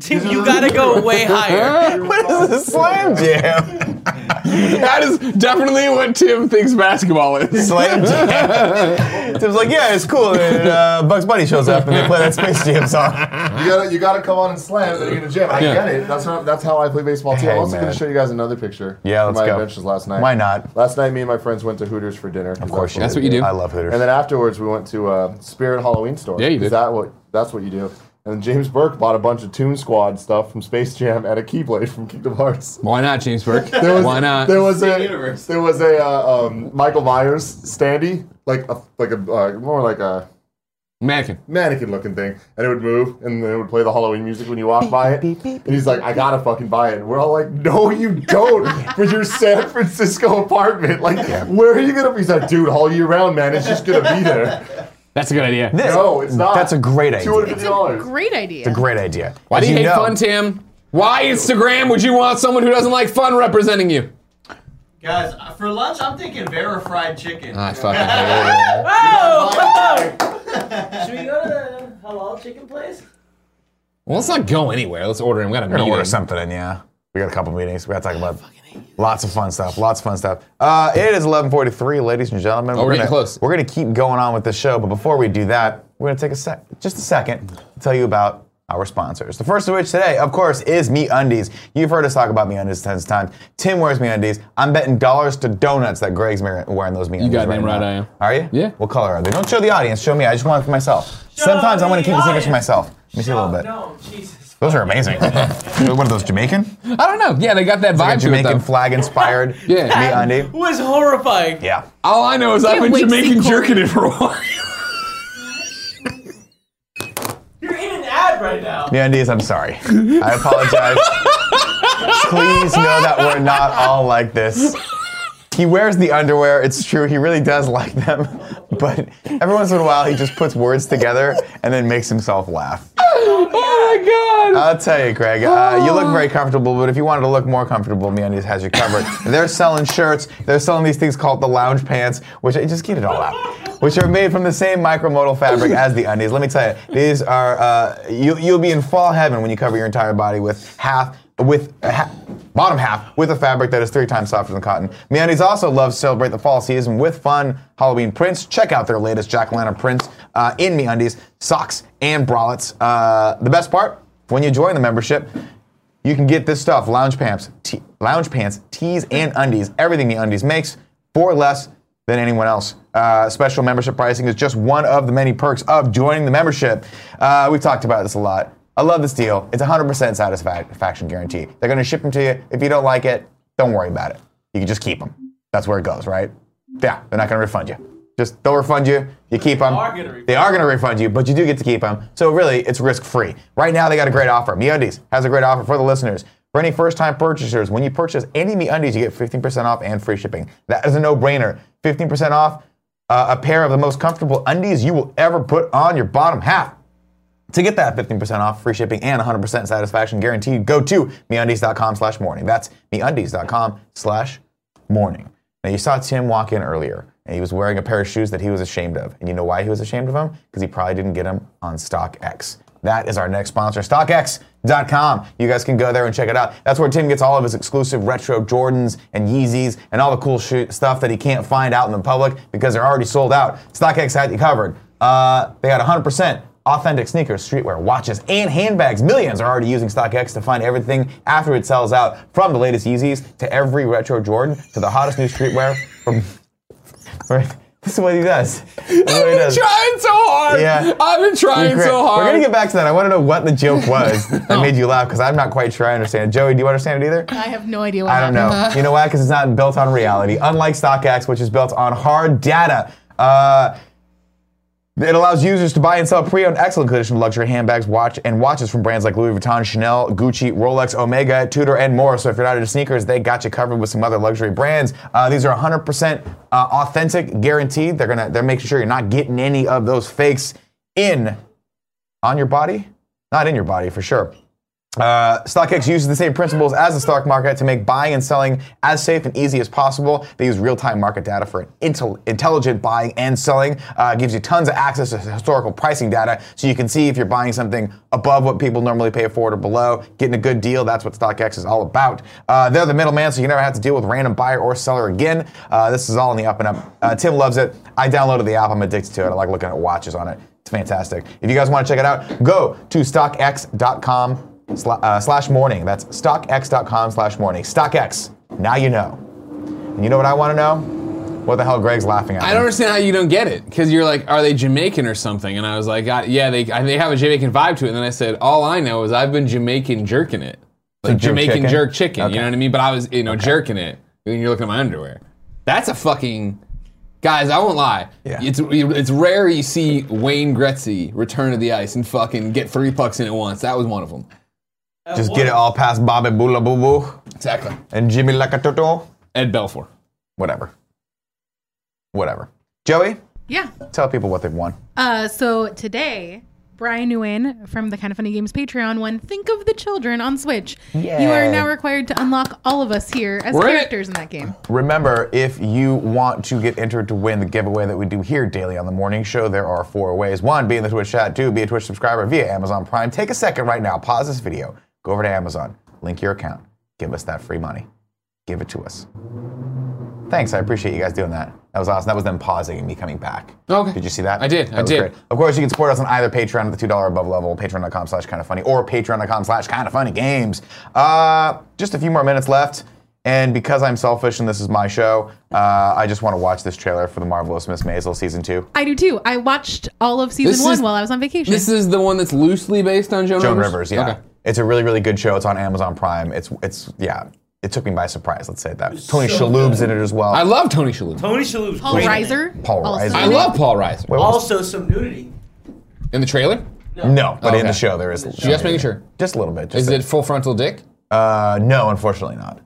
Speaker 4: Tim, you gotta go
Speaker 1: [LAUGHS]
Speaker 4: way higher.
Speaker 1: [LAUGHS] What is this slam jam?
Speaker 2: [LAUGHS] that is definitely what Tim thinks basketball is.
Speaker 1: [LAUGHS] slam jam. Tim's like, yeah, it's cool. And uh, Bugs Bunny shows up and they play that Space Jam song.
Speaker 10: You gotta, you gotta come on and slam it in the gym. I get it. That's not, that's how I play baseball too.
Speaker 1: Hey,
Speaker 10: I'm also
Speaker 1: man.
Speaker 10: gonna show you guys another picture.
Speaker 1: Yeah,
Speaker 10: from
Speaker 1: let's
Speaker 10: my
Speaker 1: go.
Speaker 10: adventures last night.
Speaker 1: Why not?
Speaker 10: Last night, me and my friends went to Hooters for dinner.
Speaker 1: Of course,
Speaker 2: That's what you do.
Speaker 1: I love Hooters.
Speaker 10: And then afterwards, we went to uh, Spirit Halloween store.
Speaker 2: Yeah, you
Speaker 10: 'Cause
Speaker 2: did.
Speaker 10: That what that's what you do. And James Burke bought a bunch of Toon Squad stuff from Space Jam and a Keyblade from Kingdom Hearts.
Speaker 2: [LAUGHS] Why not, James Burke?
Speaker 10: There was,
Speaker 2: Why not?
Speaker 10: There was
Speaker 9: Same
Speaker 10: a
Speaker 9: universe.
Speaker 10: there was a uh, um, Michael Myers standee, like a like a uh, more like a
Speaker 2: Mannequin.
Speaker 10: Mannequin looking thing. And it would move, and then it would play the Halloween music when you walk by it. and he's like, I gotta fucking buy it. And we're all like, No, you don't for your San Francisco apartment. Like, where are you gonna be? He's like, dude, all year round, man. It's just gonna be there.
Speaker 2: That's a good idea.
Speaker 10: no, it's not.
Speaker 1: That's a great idea.
Speaker 10: $250.
Speaker 1: It's
Speaker 7: Great idea.
Speaker 1: a great idea.
Speaker 2: Why do
Speaker 1: As
Speaker 2: you hate
Speaker 1: know-
Speaker 2: fun, Tim? Why Instagram would you want someone who doesn't like fun representing you?
Speaker 9: Guys, uh, for lunch, I'm thinking Vera fried chicken.
Speaker 2: I fucking [LAUGHS] hate it.
Speaker 11: Should we go to the halal chicken place?
Speaker 2: Well, let's not go anywhere. Let's order him. We got a
Speaker 1: We're gonna
Speaker 2: meeting.
Speaker 1: order something in, yeah. We got a couple meetings. We gotta talk about lots of fun stuff. Lots of fun stuff. Uh, it is 11:43, ladies and gentlemen.
Speaker 2: Oh, we're getting
Speaker 1: gonna,
Speaker 2: close.
Speaker 1: We're gonna keep going on with the show, but before we do that, we're gonna take a sec, just a second, to tell you about our sponsors. The first of which today, of course, is Me Undies. You've heard us talk about Me Undies tens of times. Tim wears Me Undies. I'm betting dollars to donuts that Greg's mar- wearing those Me Undies.
Speaker 2: goddamn
Speaker 1: right,
Speaker 2: right
Speaker 1: now.
Speaker 2: I am.
Speaker 1: Are you?
Speaker 2: Yeah.
Speaker 1: What color are they? Don't show the audience. Show me. I just want it for myself. Sometimes I want to
Speaker 11: the
Speaker 1: keep the secrets for
Speaker 11: audience.
Speaker 1: myself. Let me see a little bit.
Speaker 11: No, Jesus.
Speaker 1: Those are
Speaker 2: [LAUGHS]
Speaker 1: amazing. what are those Jamaican?
Speaker 2: I don't know. Yeah, they got that
Speaker 1: Like
Speaker 2: vibe
Speaker 1: a
Speaker 2: to it,
Speaker 1: Jamaican
Speaker 2: though.
Speaker 1: flag inspired
Speaker 2: [LAUGHS] Yeah.
Speaker 1: meat undie.
Speaker 4: was horrifying.
Speaker 1: Yeah.
Speaker 2: All I know is I've
Speaker 7: Yeah,
Speaker 2: been
Speaker 7: wait,
Speaker 2: Jamaican
Speaker 7: see,
Speaker 2: jerking it for a while.
Speaker 11: You're in an ad right now.
Speaker 1: Meat undies, I'm sorry. I
Speaker 2: [LAUGHS]
Speaker 1: apologize. Please know that we're not all like this. He wears the underwear, it's true, he really does like them. [LAUGHS] But every once in a while he just puts words together and then makes himself laugh.
Speaker 2: oh my
Speaker 1: [LAUGHS]
Speaker 2: god.
Speaker 1: I'll tell you, Greg. Uh, you look very comfortable, but if you wanted to look more comfortable, MeUndies has you covered. they're selling shirts. They're selling these things called the lounge pants, which just get it all out, which are made from the same micromodal fabric as the undies. Let me tell you, these are uh, you, you'll be in fall heaven when you cover your entire body with half with. a ha- bottom half with a fabric that is three times softer than cotton. MeUndies also loves to celebrate the fall season with fun Halloween prints. Check out their latest jack o' lantern prints uh, in MeUndies, socks, and bralettes. Uh, the best part, when you join the membership, you can get this stuff: lounge pants, te- lounge pants, tees, and undies. Everything MeUndies makes for less than anyone else. Uh, special membership pricing is just one of the many perks of joining the membership. Uh, we've talked about this a lot. I love this deal. It's 100% satisfaction guarantee. They're going to ship them to you. If you don't like it, don't worry about it. You can just keep them. That's where it goes, right? Yeah, they're not going to refund you. Just they'll refund you. You keep them.
Speaker 11: are gonna refund
Speaker 1: They are going to refund you, but you do get to keep them. So really, it's risk free. Right now, they got a great offer. MeUndies has a great offer for the listeners. For any first-time purchasers, when you purchase any MeUndies, you get 15% off and free shipping. That is a no-brainer. 15% off uh, a pair of the most comfortable undies you will ever put on your bottom half. To get that 15% off, free shipping, and 100% satisfaction guaranteed, go to MeUndies.com slash morning. That's MeUndies.com slash morning. Now, you saw Tim walk in earlier, and he was wearing a pair of shoes that he was ashamed of. And you know why he was ashamed of them? Because he probably didn't get them on StockX. That is our next sponsor, StockX.com. You guys can go there and check it out. That's where Tim gets all of his exclusive retro Jordans and Yeezys and all the cool shoe stuff that he can't find out in the public because they're already sold out. StockX had you covered. Uh, they got 100% authentic sneakers, streetwear, watches, and handbags. Millions are already using StockX to find everything after it sells out, from the latest Yeezys to every retro Jordan to the hottest new streetwear. From [LAUGHS] right, this is what he does. This is what Oh, he
Speaker 2: I've been
Speaker 1: does.
Speaker 2: trying so hard.
Speaker 1: Yeah.
Speaker 2: I've been trying
Speaker 1: Great.
Speaker 2: so hard.
Speaker 1: We're gonna get back to that. I want to know what the
Speaker 2: [LAUGHS]
Speaker 1: joke was that made you laugh because I'm not quite sure I understand. Joey, do you understand it either?
Speaker 7: I have no idea what
Speaker 1: I don't
Speaker 7: happened.
Speaker 1: know. You know why? Because it's not built on reality. Unlike StockX, which is built on hard data. Uh, it allows users to buy and sell pre-owned excellent condition luxury handbags, watch, and watches from brands like Louis Vuitton, Chanel, Gucci, Rolex, Omega, Tudor, and more. So if you're not into sneakers, they got you covered with some other luxury brands. Uh, these are 100% uh, authentic, guaranteed. They're gonna they're making sure you're not getting any of those fakes in on your body, not in your body for sure. Uh, StockX uses the same principles as the stock market to make buying and selling as safe and easy as possible. They use real-time market data for intel- intelligent buying and selling. Uh, gives you tons of access to historical pricing data, so you can see if you're buying something above what people normally pay for it or below. Getting a good deal. That's what StockX is all about. Uh, they're the middleman, so you never have to deal with random buyer or seller again. Uh, this is all in the up and up. Uh, Tim loves it. I downloaded the app. I'm addicted to it. I like looking at watches on it. It's fantastic. If you guys want to check it out, go to StockX.com sla- uh, slash morning. That's stockx.com slash morning. StockX. Now you know. And you know what I want to know? What the hell Greg's laughing at?
Speaker 2: I don't understand how you don't get it because you're like, are they Jamaican or something? And I was like, I, yeah, they I, they have a Jamaican vibe to it. And then I said, all I know is I've been Jamaican jerking it, like
Speaker 1: jerk
Speaker 2: Jamaican
Speaker 1: chicken?
Speaker 2: jerk chicken.
Speaker 1: Okay.
Speaker 2: You know what I mean? But I was, you know, jerking it. And you're looking at my underwear. That's a fucking Guys, I won't lie. It's it's rare you see Wayne Gretzky return to the ice and fucking get three pucks in at once. That was one of them.
Speaker 1: Just get it all past Bobby Bula Boo Boo.
Speaker 2: Exactly.
Speaker 1: And Jimmy Lakatoto.
Speaker 2: Ed Belfour.
Speaker 1: Whatever. Whatever. Joey,
Speaker 7: [LAUGHS] Yeah.
Speaker 1: tell people what they've won.
Speaker 7: Uh, so today, Brian Nguyen from the Kind of Funny Games Patreon won Think of the Children on Switch. You
Speaker 1: Yeah.
Speaker 7: are now required to unlock all of us here as
Speaker 1: We're in it.
Speaker 7: characters in that game.
Speaker 1: Remember, if you want to get entered to win the giveaway that we do here daily on the morning show, there are four ways. One, be in the Twitch chat. Two, be a Twitch subscriber via Amazon Prime. Take a second right now, pause this video, go over to Amazon, link your account, give us that free money. Give it to us. Thanks, I appreciate you guys doing that. That was awesome. That was them pausing and me coming back. Okay. Did you see that? I did.
Speaker 2: I did.
Speaker 1: Of course, you can support us on either Patreon at the $2 above level, patreon.com slash kind of funny, or patreon.com slash kind of funny games. Uh, just a few more minutes left. And because I'm selfish and this is my show, uh, I just want to watch this trailer for The Marvelous Miss Maisel season two.
Speaker 7: I do too. I watched all of season
Speaker 1: This
Speaker 7: one
Speaker 1: is-
Speaker 7: while I was on vacation.
Speaker 2: This is the one that's loosely based on Joan,
Speaker 1: Joan Rivers,
Speaker 2: Rivers.
Speaker 1: yeah. It's a really, really good show. It's on Amazon Prime. It's, it's yeah, it took me by surprise, let's say it that. way. Tony
Speaker 11: so
Speaker 1: Shalhoub's in it as well. I
Speaker 2: love Tony Shalhoub.
Speaker 11: Tony Shalhoub's
Speaker 7: Paul
Speaker 11: great in it.
Speaker 7: Reiser.
Speaker 1: Paul
Speaker 7: also
Speaker 1: Reiser.
Speaker 7: in it.
Speaker 2: Paul Reiser.
Speaker 11: Also some nudity.
Speaker 2: In the trailer?
Speaker 1: No, but in the show there is.
Speaker 2: Just making sure.
Speaker 1: Just a little bit.
Speaker 2: Is it full frontal dick?
Speaker 1: Uh, no, unfortunately not.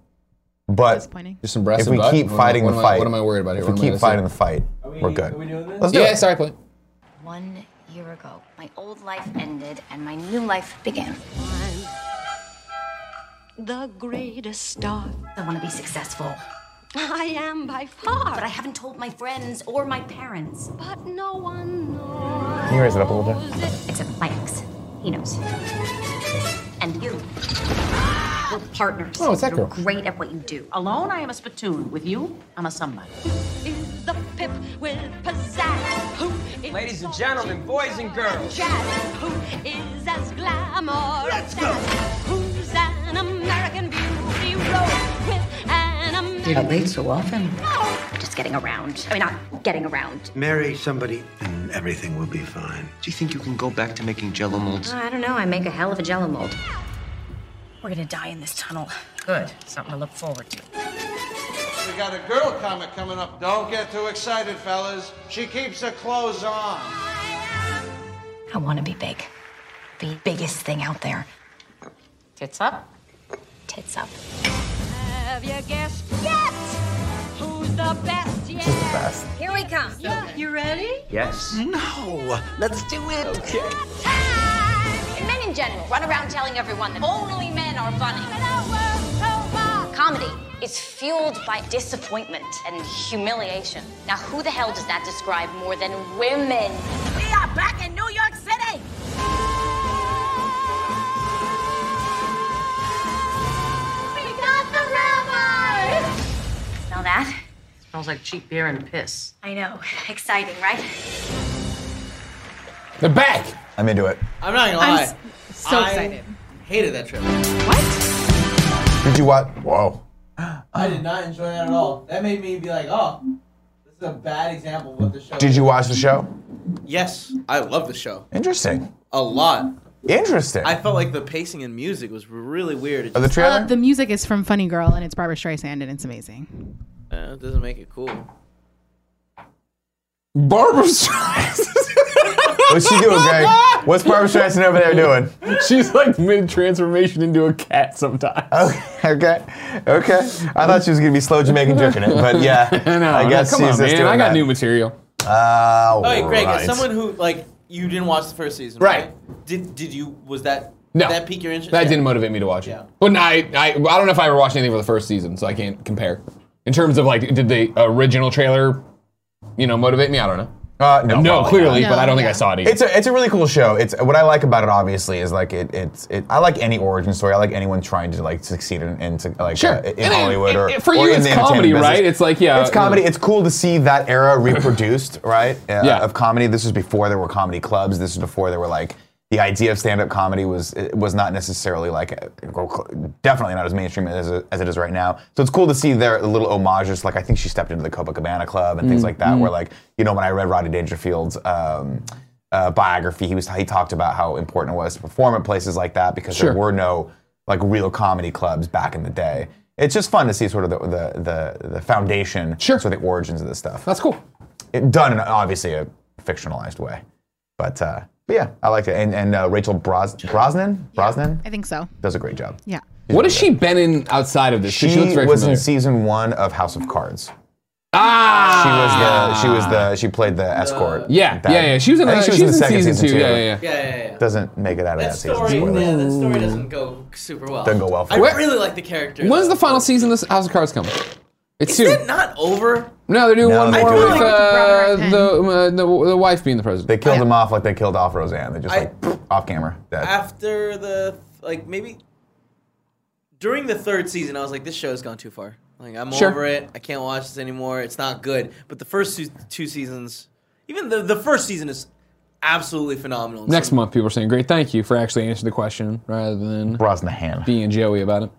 Speaker 1: But
Speaker 2: Just some breasts
Speaker 1: If we
Speaker 2: and butt?
Speaker 1: keep
Speaker 2: What am I-
Speaker 1: fighting
Speaker 2: what
Speaker 1: the
Speaker 2: am I-
Speaker 1: fight,
Speaker 2: what am I worried about here?
Speaker 1: If
Speaker 2: What
Speaker 1: we
Speaker 2: am I
Speaker 1: keep
Speaker 2: gonna say?
Speaker 1: fighting the fight, we're good. Let's do
Speaker 2: yeah,
Speaker 1: it.
Speaker 2: sorry, play.
Speaker 12: One year ago, my old life ended and my new life began.
Speaker 5: The greatest star.
Speaker 12: I want to be successful. I am by far. But I haven't told my friends or my parents. But no one knows.
Speaker 1: Can you raise it up a little bit?
Speaker 12: Except my ex. He knows. And you. We're partners.
Speaker 5: Oh, it's that
Speaker 12: You're
Speaker 5: girl.
Speaker 12: great at what you do. Alone, I am a spittoon. With you, I'm a somebody.
Speaker 5: Is the pip with pizzazz. Who is
Speaker 11: Ladies and gentlemen, boys and girls.
Speaker 5: jazz? Who is as glamorous Let's go. Who's an American beauty rose with an American...
Speaker 12: You're late so often. Just getting around. I mean, not getting around.
Speaker 13: Marry somebody and everything will be fine. Do you think you can go back to making jello molds?
Speaker 12: I don't know. I make a hell of a jello mold. We're gonna die in this tunnel. Good. Something to look forward to.
Speaker 14: We got a girl comic coming up. Don't get too excited, fellas. She keeps her clothes on.
Speaker 12: I want to be big. The biggest thing out there. Tits up. Tits up.
Speaker 5: Have you guessed yet? Who's the best yet?
Speaker 12: best. Here we come.
Speaker 5: You ready?
Speaker 13: Yes. No. Let's do it. Okay.
Speaker 12: Men in general run around telling everyone that only men are funny. Comedy is fueled by disappointment and humiliation. Now, who the hell does that describe more than women?
Speaker 5: We are back in New York City. We got the rabbi.
Speaker 12: Smell that? Smells like cheap beer and piss. I know. [LAUGHS] Exciting, right?
Speaker 2: They're back.
Speaker 1: I'm into it.
Speaker 4: I'm not gonna
Speaker 12: I'm
Speaker 4: lie.
Speaker 12: s- so excited.
Speaker 4: Hated that trip.
Speaker 1: Did you watch? Whoa.
Speaker 11: I did not enjoy that at all. That made me be like, oh, this is a bad example of what the show.
Speaker 1: Did you watch the show?
Speaker 4: Yes, I love the show
Speaker 1: Interesting.
Speaker 4: a lot.
Speaker 1: Interesting.
Speaker 4: I felt like the pacing and music was really weird. It
Speaker 1: the
Speaker 4: just-
Speaker 1: trailer?
Speaker 7: Uh, the music is from Funny Girl and it's Barbara Streisand and it's amazing.
Speaker 4: Uh, it doesn't make it cool.
Speaker 2: Barbara Streisand.
Speaker 1: [LAUGHS] What's she
Speaker 7: [LAUGHS]
Speaker 1: doing, Greg? What's Barbara Streisand over there doing? [LAUGHS]
Speaker 2: She's like mid transformation into a cat sometimes.
Speaker 1: Okay. Okay. I thought she was gonna be slow Jamaican joking it, but yeah.
Speaker 2: [LAUGHS] no,
Speaker 1: I guess
Speaker 2: come
Speaker 1: she's
Speaker 2: on,
Speaker 1: just
Speaker 2: man.
Speaker 1: doing
Speaker 2: I got
Speaker 1: that.
Speaker 2: new material.
Speaker 1: Uh,
Speaker 4: Oh, wait, Greg,
Speaker 1: right.
Speaker 4: as someone who like you didn't watch the first season, right? Did did you was that
Speaker 2: No.
Speaker 4: that pique your interest?
Speaker 2: That
Speaker 4: Yeah.
Speaker 2: didn't motivate me to watch it. But no, I, I, I don't know if I ever watched anything for the first season, so I can't compare. In terms of like, did the original trailer, you know, motivate me? I don't know.
Speaker 1: Uh, no, probably not.
Speaker 2: clearly, but I don't think I saw it. Either.
Speaker 1: It's a it's a really cool show. It's what I like about it. Obviously, is like it it's it. I like any origin story. I like anyone trying to like succeed in, in to- like
Speaker 2: Sure.
Speaker 1: uh, in
Speaker 2: And it-
Speaker 1: Hollywood or
Speaker 2: it- for
Speaker 1: or
Speaker 2: you,
Speaker 1: in
Speaker 2: it's
Speaker 1: the
Speaker 2: comedy,
Speaker 1: entertainment
Speaker 2: right?
Speaker 1: business.
Speaker 2: It's like, yeah,
Speaker 1: it's comedy.
Speaker 2: mm.
Speaker 1: It's cool to see that era reproduced, right? Uh,
Speaker 2: Yeah.
Speaker 1: Of comedy, this was before there were comedy clubs. This was before there were like. The idea of stand-up comedy was it was not necessarily like uh, definitely not as mainstream as, it- as it is right now. So it's cool to see their little homages. Like I think she stepped into the Copacabana Club and things
Speaker 2: Mm,
Speaker 1: like that.
Speaker 2: mm.
Speaker 1: Where like you know when I read Rodney Dangerfield's um, uh, biography, he was he talked about how important it was to perform at places like that because
Speaker 2: Sure.
Speaker 1: there were no like real comedy clubs back in the day. it's just fun to see sort of the the the, the foundation, sure. sort of the origins of this stuff.
Speaker 2: That's cool.
Speaker 1: It, done in obviously a fictionalized way, but uh, but yeah, I like it. And and uh, Rachel Bros- Brosnan Brosnan
Speaker 7: I think so.
Speaker 1: does a great job.
Speaker 7: Yeah.
Speaker 2: What has she been in outside of this? 'Cause
Speaker 1: She,
Speaker 2: looks very
Speaker 1: was
Speaker 2: familiar.
Speaker 1: in season one of House of Cards.
Speaker 2: Ah,
Speaker 1: She was the she was the she played the escort.
Speaker 2: yeah, yeah, yeah. She was in
Speaker 1: I think
Speaker 2: the-
Speaker 1: she was
Speaker 2: she
Speaker 1: in the
Speaker 2: was in
Speaker 1: second
Speaker 2: season
Speaker 1: season,
Speaker 2: two,
Speaker 1: too.
Speaker 2: yeah, yeah,
Speaker 4: yeah. Yeah, yeah, yeah.
Speaker 1: Doesn't make it out of that,
Speaker 4: That
Speaker 1: season.
Speaker 4: story,
Speaker 1: spoiler.
Speaker 4: yeah, that story doesn't go super well.
Speaker 1: Doesn't go well for
Speaker 4: I
Speaker 1: her.
Speaker 4: really like the character.
Speaker 2: When's the final season of House of Cards coming? It's
Speaker 4: Is
Speaker 2: soon.
Speaker 4: it not over?
Speaker 2: No, they're doing
Speaker 1: No,
Speaker 2: one
Speaker 1: they
Speaker 2: more
Speaker 1: do it.
Speaker 2: with uh, the, uh, the the wife being the president.
Speaker 1: They killed him off like they killed off Roseanne. They just like off camera. Dead.
Speaker 4: After the like maybe during the third season, I was like, this show's gone too far. Like I'm
Speaker 2: Sure.
Speaker 4: over it. I can't watch this anymore. It's not good. But the first two, two seasons, even the the first season is absolutely phenomenal.
Speaker 2: Next month, people are saying, "Great, thank you for actually answering the question rather than
Speaker 1: Brosnahan
Speaker 2: being Joey about it."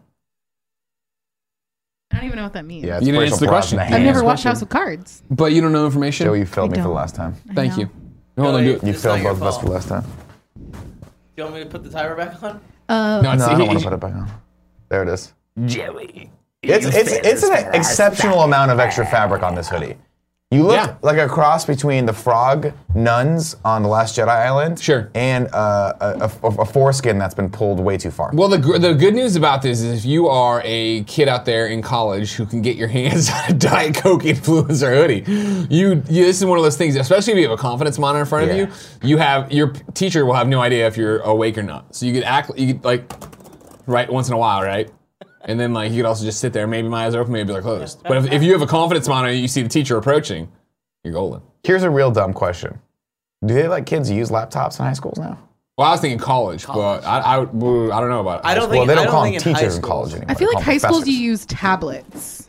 Speaker 7: I don't even know what that means.
Speaker 2: Yeah, it's You didn't Rachel answer the question. Brosnahan.
Speaker 7: I've never
Speaker 2: Yeah.
Speaker 7: watched House of Cards.
Speaker 2: But you don't know information.
Speaker 1: Joey, you failed
Speaker 7: I
Speaker 1: me for the
Speaker 7: don't.
Speaker 1: last time.
Speaker 7: I
Speaker 2: Thank
Speaker 7: know.
Speaker 2: you. Hold on, do it.
Speaker 1: You failed
Speaker 4: your
Speaker 1: both of us for the last time.
Speaker 4: Do you want me to put the timer back on?
Speaker 7: Uh,
Speaker 1: no, I don't want to put it back on. There it is.
Speaker 4: Joey.
Speaker 1: It's it's it's an exceptional amount of extra fabric on this hoodie. You look like a cross between the frog nuns on the Last Jedi Island, sure, and uh, a, a, a foreskin that's been pulled way too far.
Speaker 2: Well, the, gr- the good news about this is if you are a kid out there in college who can get your [LAUGHS] hands on a Diet Coke influencer hoodie, you, you this is one of those things. Especially if you have a confidence monitor in front of you, you have your p- teacher will have no idea if you're awake or not. So you could act, you could like, right once in a while, right, and then like you could also just sit there. Maybe my eyes are open, maybe they're closed. But if, if you have a confidence monitor, and you see the teacher approaching, you're golden.
Speaker 1: Here's a real dumb question: Do they let kids use laptops in high schools now?
Speaker 2: Well, I was thinking college, but I, I, would- I don't know about.
Speaker 1: I don't think- Well, they don't I don't call them think in high teachers in schools. college
Speaker 7: I feel like high schools you use tablets.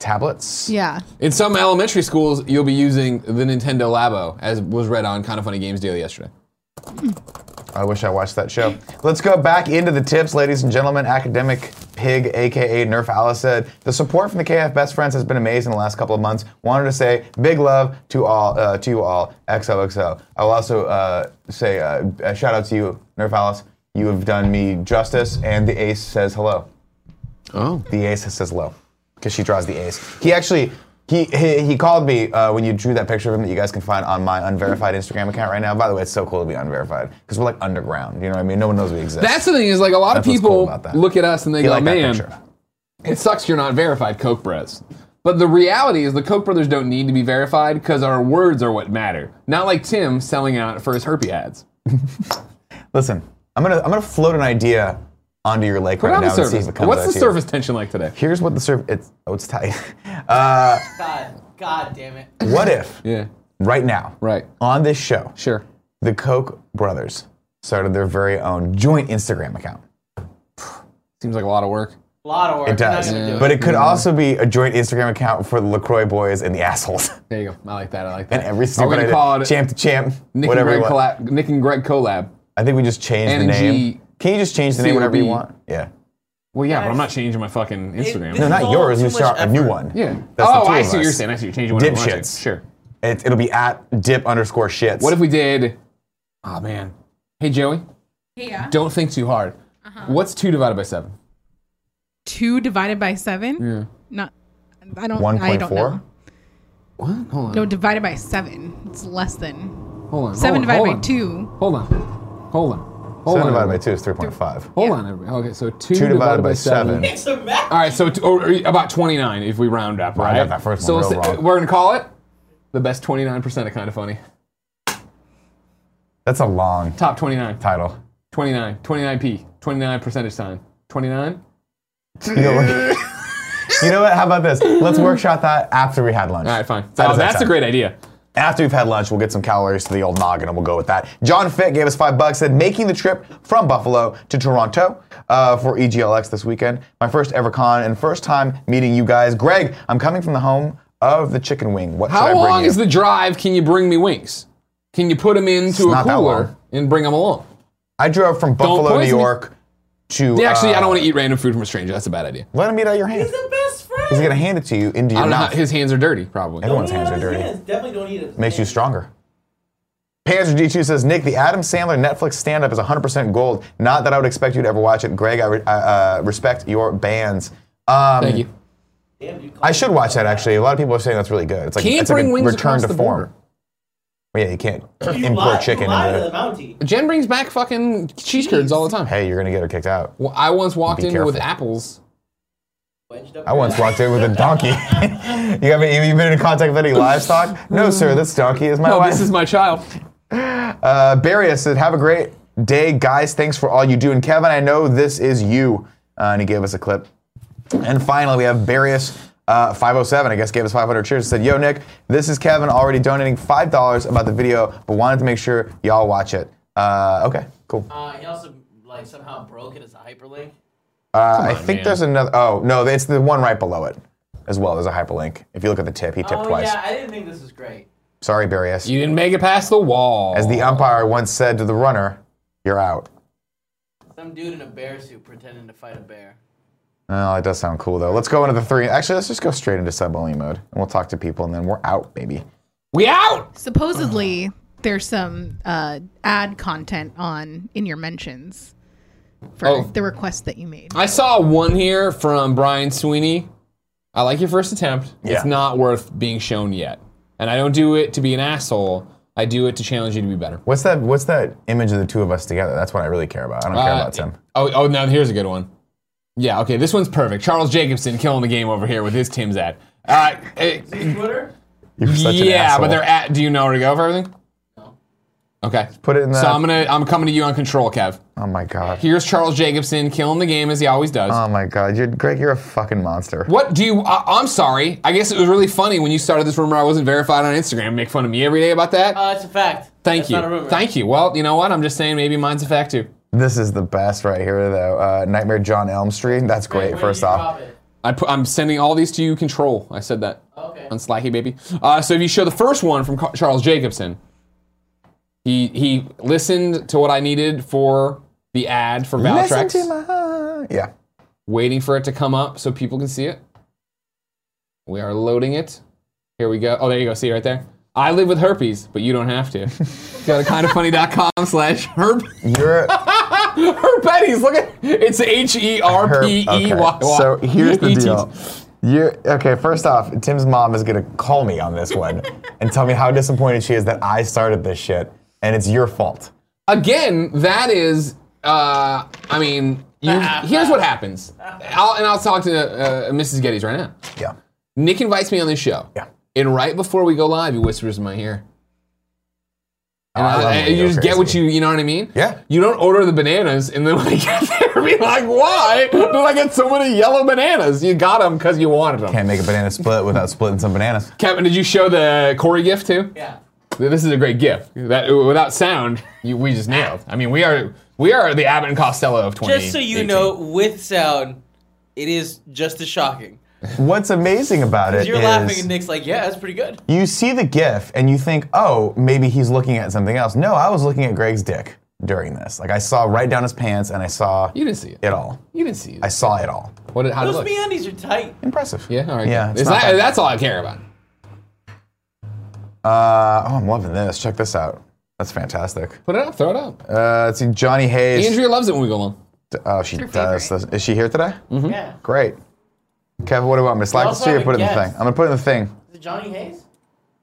Speaker 1: Tablets.
Speaker 7: Yeah.
Speaker 2: In some elementary schools, you'll be using the Nintendo Labo, as was read on Kind of Funny Games Daily yesterday.
Speaker 1: I wish I watched that show. Let's go back into the tips, ladies and gentlemen. Academic Pig, aka Nerf Alice, said the support from the KF Best Friends has been amazing the last couple of months. Wanted to say big love to all uh, to you all. XOXO. I will also uh, say uh, a shout out to you, Nerf Alice. You have done me justice, and the Ace says hello.
Speaker 2: Oh.
Speaker 1: The Ace says hello because she draws the Ace. He actually. He, he, he called me uh, when you drew that picture of him that you guys can find on my unverified Instagram account right now. By the way, it's so cool to be unverified because we're like underground. You know what I mean? No one knows we exist.
Speaker 2: That's the thing is like a lot of
Speaker 1: That's what's cool
Speaker 2: people
Speaker 1: about that.
Speaker 2: look at us and they
Speaker 1: You
Speaker 2: go,
Speaker 1: like that picture.
Speaker 2: "Man, it sucks you're not verified, Koch Bros." But the reality is the Koch brothers don't need to be verified because our words are what matter. Not like Tim selling out for his herpy ads.
Speaker 1: Listen, I'm gonna I'm gonna float an idea onto your lake
Speaker 2: Put it
Speaker 1: right
Speaker 2: on the
Speaker 1: now and see
Speaker 2: surface.
Speaker 1: if it comes
Speaker 2: What's
Speaker 1: out
Speaker 2: the
Speaker 1: to you.
Speaker 2: surface tension like today?
Speaker 1: Here's what the surface. It's oh, it's tight. [LAUGHS] Uh,
Speaker 4: God, God damn it.
Speaker 1: what if?
Speaker 2: Yeah.
Speaker 1: Right now.
Speaker 2: Right.
Speaker 1: On this show.
Speaker 2: Sure.
Speaker 1: The Koch brothers started their very own joint Instagram account.
Speaker 2: Seems like a lot of work.
Speaker 4: A lot of work.
Speaker 1: It
Speaker 4: We're not
Speaker 1: does,
Speaker 4: gonna do
Speaker 1: but it could
Speaker 2: Yeah.
Speaker 1: also be a joint Instagram account for the Lacroix boys and the assholes. [LAUGHS]
Speaker 2: There you go. I like that. I like that.
Speaker 1: and every
Speaker 2: Are we
Speaker 1: stupid
Speaker 2: gonna
Speaker 1: idea,
Speaker 2: call it
Speaker 1: champ to champ,
Speaker 2: Nick
Speaker 1: whatever
Speaker 2: and
Speaker 1: you
Speaker 2: Greg
Speaker 1: want.
Speaker 2: collab? Nick and Greg collab.
Speaker 1: I think we just changed the
Speaker 2: NG
Speaker 1: name. Can you just change the name whenever you
Speaker 2: CRB.
Speaker 1: want? Yeah.
Speaker 2: Well, yeah, but I'm not changing my fucking
Speaker 1: [LAUGHS]
Speaker 2: Instagram.
Speaker 1: No, not yours. You start a new one.
Speaker 2: Yeah.
Speaker 1: That's the
Speaker 2: oh,
Speaker 1: two
Speaker 2: I
Speaker 1: of
Speaker 2: see what you're
Speaker 1: us.
Speaker 2: saying. I see you're changing one. of the ones.
Speaker 1: Dipshits.
Speaker 2: Sure.
Speaker 1: It, it'll be at dip underscore shits.
Speaker 2: What if we did? Oh man. Hey Joey,
Speaker 7: Yeah. Uh-huh.
Speaker 2: don't think too hard. What's two divided by seven?
Speaker 7: Two divided by seven.
Speaker 2: Yeah.
Speaker 7: Not. I don't. I don't know.
Speaker 2: What? Hold on.
Speaker 7: No, divided by seven. It's less than
Speaker 2: hold on.
Speaker 7: seven
Speaker 2: hold on,
Speaker 7: divided by
Speaker 2: hold
Speaker 7: two.
Speaker 2: on. Hold on. Hold on. Hold
Speaker 1: Seven
Speaker 2: on.
Speaker 1: divided by two is 3.5.
Speaker 2: Hold on, everybody. Okay, so
Speaker 1: Two
Speaker 2: two, divided,
Speaker 1: divided
Speaker 2: by,
Speaker 1: by
Speaker 2: seven.
Speaker 1: seven.
Speaker 2: All right, so t- or, or about 29 if we round up,
Speaker 1: Wow, I
Speaker 2: right?
Speaker 1: got that first
Speaker 2: so
Speaker 1: one
Speaker 2: let's
Speaker 1: real
Speaker 2: say-
Speaker 1: wrong.
Speaker 2: we're gonna call it the best 29% of kind of funny.
Speaker 1: That's a long
Speaker 2: Top 29 [LAUGHS]
Speaker 1: title.
Speaker 2: 29, 29p, 29 percentage sign, 29.
Speaker 1: You know, what? You know what? How about this? Let's workshop that after we had lunch. All
Speaker 2: right, fine. Oh, that's a great idea.
Speaker 1: After we've had lunch, we'll get some calories to the old noggin and we'll go with that. John Fitt gave us five bucks, said making the trip from Buffalo to Toronto uh, for EGLX this weekend. My first ever con and first time meeting you guys. Greg, I'm coming from the home of the chicken wing. What should I
Speaker 2: How
Speaker 1: bring
Speaker 2: long
Speaker 1: you?
Speaker 2: is the drive? Can you bring me wings? Can you put them into a
Speaker 1: not that
Speaker 2: cooler
Speaker 1: long.
Speaker 2: and bring them along?
Speaker 1: I drove from Buffalo, New
Speaker 2: poison me.
Speaker 1: York to.
Speaker 2: Yeah, actually, I don't
Speaker 1: uh,
Speaker 2: want to eat random food from a stranger. That's a bad idea.
Speaker 1: Let him eat out of your hand. He's
Speaker 4: the best friend.
Speaker 1: He's gonna hand it to you into
Speaker 2: I
Speaker 1: your
Speaker 2: don't know how-
Speaker 1: mouth.
Speaker 2: his hands are dirty, probably.
Speaker 1: Everyone's hands are dirty.
Speaker 4: Hands, definitely don't eat it.
Speaker 1: Makes you stronger. Panzer G2 says, Nick, the Adam Sandler Netflix stand up is 100% gold. Not that I would expect you to ever watch it. Greg, I re- I, uh, respect your bands. Um,
Speaker 2: Thank you.
Speaker 1: I should watch that actually. A lot of people are saying that's really good. It's like,
Speaker 2: Can't
Speaker 1: it's like
Speaker 2: bring
Speaker 1: a
Speaker 2: wings
Speaker 1: return
Speaker 2: across
Speaker 1: to
Speaker 2: the
Speaker 1: form. Well, yeah, you can't [LAUGHS] import chicken into it.
Speaker 2: Jen brings back fucking cheese curds all the time.
Speaker 1: Hey, you're gonna get her kicked out.
Speaker 2: Well, I once walked
Speaker 1: Be
Speaker 2: in with
Speaker 1: careful.
Speaker 2: apples.
Speaker 1: I once walked in with a donkey. [LAUGHS] you haven't you been in contact with any livestock? No, sir. This donkey is my
Speaker 2: no,
Speaker 1: wife.
Speaker 2: Oh, this is my child.
Speaker 1: Uh, Barrios said, "Have a great day, guys. Thanks for all you do." And Kevin, I know this is you, uh, and he gave us a clip. And finally, we have Barrios. Uh, 507, I guess, gave us 500 cheers and said, Yo, Nick, this is Kevin already donating $5 about the video, but wanted to make sure y'all watch it. Uh, okay, cool.
Speaker 4: Uh, he also like somehow broke it as a hyperlink.
Speaker 1: Uh,
Speaker 4: Come
Speaker 1: I
Speaker 4: on,
Speaker 1: think
Speaker 4: man.
Speaker 1: there's another. Oh, no, it's the one right below it as well. There's a hyperlink. If you look at the tip, he tipped
Speaker 4: oh
Speaker 1: twice.
Speaker 4: yeah, I didn't think this was great.
Speaker 1: Sorry, Barrios.
Speaker 2: You didn't make it past the wall.
Speaker 1: As the umpire once said to the runner, You're out.
Speaker 4: Some dude in a bear suit pretending to fight a bear.
Speaker 1: Oh, it does sound cool though. Let's go into the three. Actually, let's just go straight into sub only mode, and we'll talk to people, and then we're out, baby.
Speaker 2: We out.
Speaker 7: Supposedly, there's some uh, ad content on in your mentions for
Speaker 2: Oh.
Speaker 7: the request that you made.
Speaker 2: I saw one here from Brian Sweeney. I like your first attempt.
Speaker 7: Yeah.
Speaker 2: It's not worth being shown yet. And I don't do it to be an asshole. I do it to challenge you to be better.
Speaker 1: What's that? What's that image of the two of us together? That's what I really care about. I don't care
Speaker 2: Uh,
Speaker 1: about Tim.
Speaker 2: Oh, oh, now here's a good one. Yeah, okay, this one's perfect. Charles Jacobson killing the game over here with his Tim's ad. Uh,
Speaker 4: Twitter?
Speaker 1: You're such an
Speaker 2: yeah,
Speaker 1: asshole.
Speaker 2: but they're at. Do you know where to go for everything? No. Okay.
Speaker 1: Put it in
Speaker 2: So
Speaker 1: the-
Speaker 2: I'm gonna. I'm coming to you on control, Kev.
Speaker 1: Oh my god.
Speaker 2: Here's Charles Jacobson killing the game as he always does.
Speaker 1: Oh my god, you're Greg. You're a fucking monster.
Speaker 2: What do you? I I'm sorry. I guess it was really funny when you started this rumor. I wasn't verified on Instagram. Make fun of me every day about that.
Speaker 4: Uh, it's a fact.
Speaker 2: Thank
Speaker 4: That's
Speaker 2: you.
Speaker 4: not a rumor.
Speaker 2: Thank you. Well, you know what? I'm just saying maybe mine's a fact too.
Speaker 1: This is the best right here though. Uh, Nightmare John Elm Street. That's great. First off,
Speaker 2: I put, I'm sending all these to you. Control. I said that on Slacky baby. Uh, so if you show the first one from Car- Charles Jacobson, he he listened to what I needed for the ad for
Speaker 1: Listen
Speaker 2: Valtrex.
Speaker 1: to my heart. Yeah.
Speaker 2: Waiting for it to come up so people can see it. We are loading it. Here we go. Oh, there you go. See right there. I live with herpes, but you don't
Speaker 1: [LAUGHS]
Speaker 2: have to. go to kindoffunny.com slash herp. [LAUGHS]
Speaker 1: You're
Speaker 2: herpes. Look at it's H E R
Speaker 1: Her-
Speaker 2: P E Y Y.
Speaker 1: okay, So here's the
Speaker 2: E T T.
Speaker 1: deal. You're, okay, first off, Tim's mom is gonna call me on this
Speaker 2: [LAUGHS]
Speaker 1: one and tell me how disappointed she is that I started this shit, and it's your fault.
Speaker 2: again, that is, uh, I mean, you, here's what happens. I'll, and I'll talk to uh, Mrs. Geddes right now.
Speaker 1: Yeah.
Speaker 2: Nick invites me on this show. Yeah. And right before we go live, he whispers in my ear. And
Speaker 1: Oh, I
Speaker 2: I-
Speaker 1: love
Speaker 2: I-
Speaker 1: when you
Speaker 2: you
Speaker 1: go
Speaker 2: just get what you, you know what I mean? Yeah. You don't order the bananas and then [LAUGHS] when I get there, be like, why did I get so many yellow bananas? You got them because you wanted them.
Speaker 1: Can't make a banana split without splitting some bananas.
Speaker 2: Kevin, did you show the Corey gift too?
Speaker 4: Yeah.
Speaker 2: This is a great gift. That without sound, you, we just nailed. I mean, we are we are the Abbott and Costello of 20.
Speaker 4: Just so you know, with sound, it is just as shocking.
Speaker 1: What's amazing about it
Speaker 4: Because you're
Speaker 1: is-
Speaker 4: laughing and Nick's like, yeah, that's pretty good.
Speaker 1: you see the GIF and you think, oh, maybe he's looking at something else. No, I was looking at Greg's dick during this. Like I saw right down his pants, and I saw
Speaker 2: you didn't see it,
Speaker 1: all.
Speaker 2: You didn't see it.
Speaker 1: I saw it all.
Speaker 2: What? How
Speaker 4: Those meandies are tight.
Speaker 1: Impressive.
Speaker 2: Yeah. All right.
Speaker 1: Yeah,
Speaker 2: good.
Speaker 1: it's
Speaker 2: It's
Speaker 1: not
Speaker 2: not-
Speaker 1: bad.
Speaker 2: that's all I care about.
Speaker 1: Uh, oh, I'm loving this. Check this out. That's fantastic.
Speaker 2: Put it up. Throw it up.
Speaker 1: Uh, let's see, Johnny Hayes.
Speaker 2: Andrea loves it when we go along.
Speaker 1: Oh, she does. doesn't- Is she here today?
Speaker 2: Mm-hmm.
Speaker 4: Yeah.
Speaker 1: Great. Kevin, what do you want me to slide this
Speaker 4: also
Speaker 1: to you or
Speaker 4: have a
Speaker 1: put it in the
Speaker 4: guest.
Speaker 1: thing? I'm going to put it in the thing.
Speaker 4: Is it Johnny Hayes?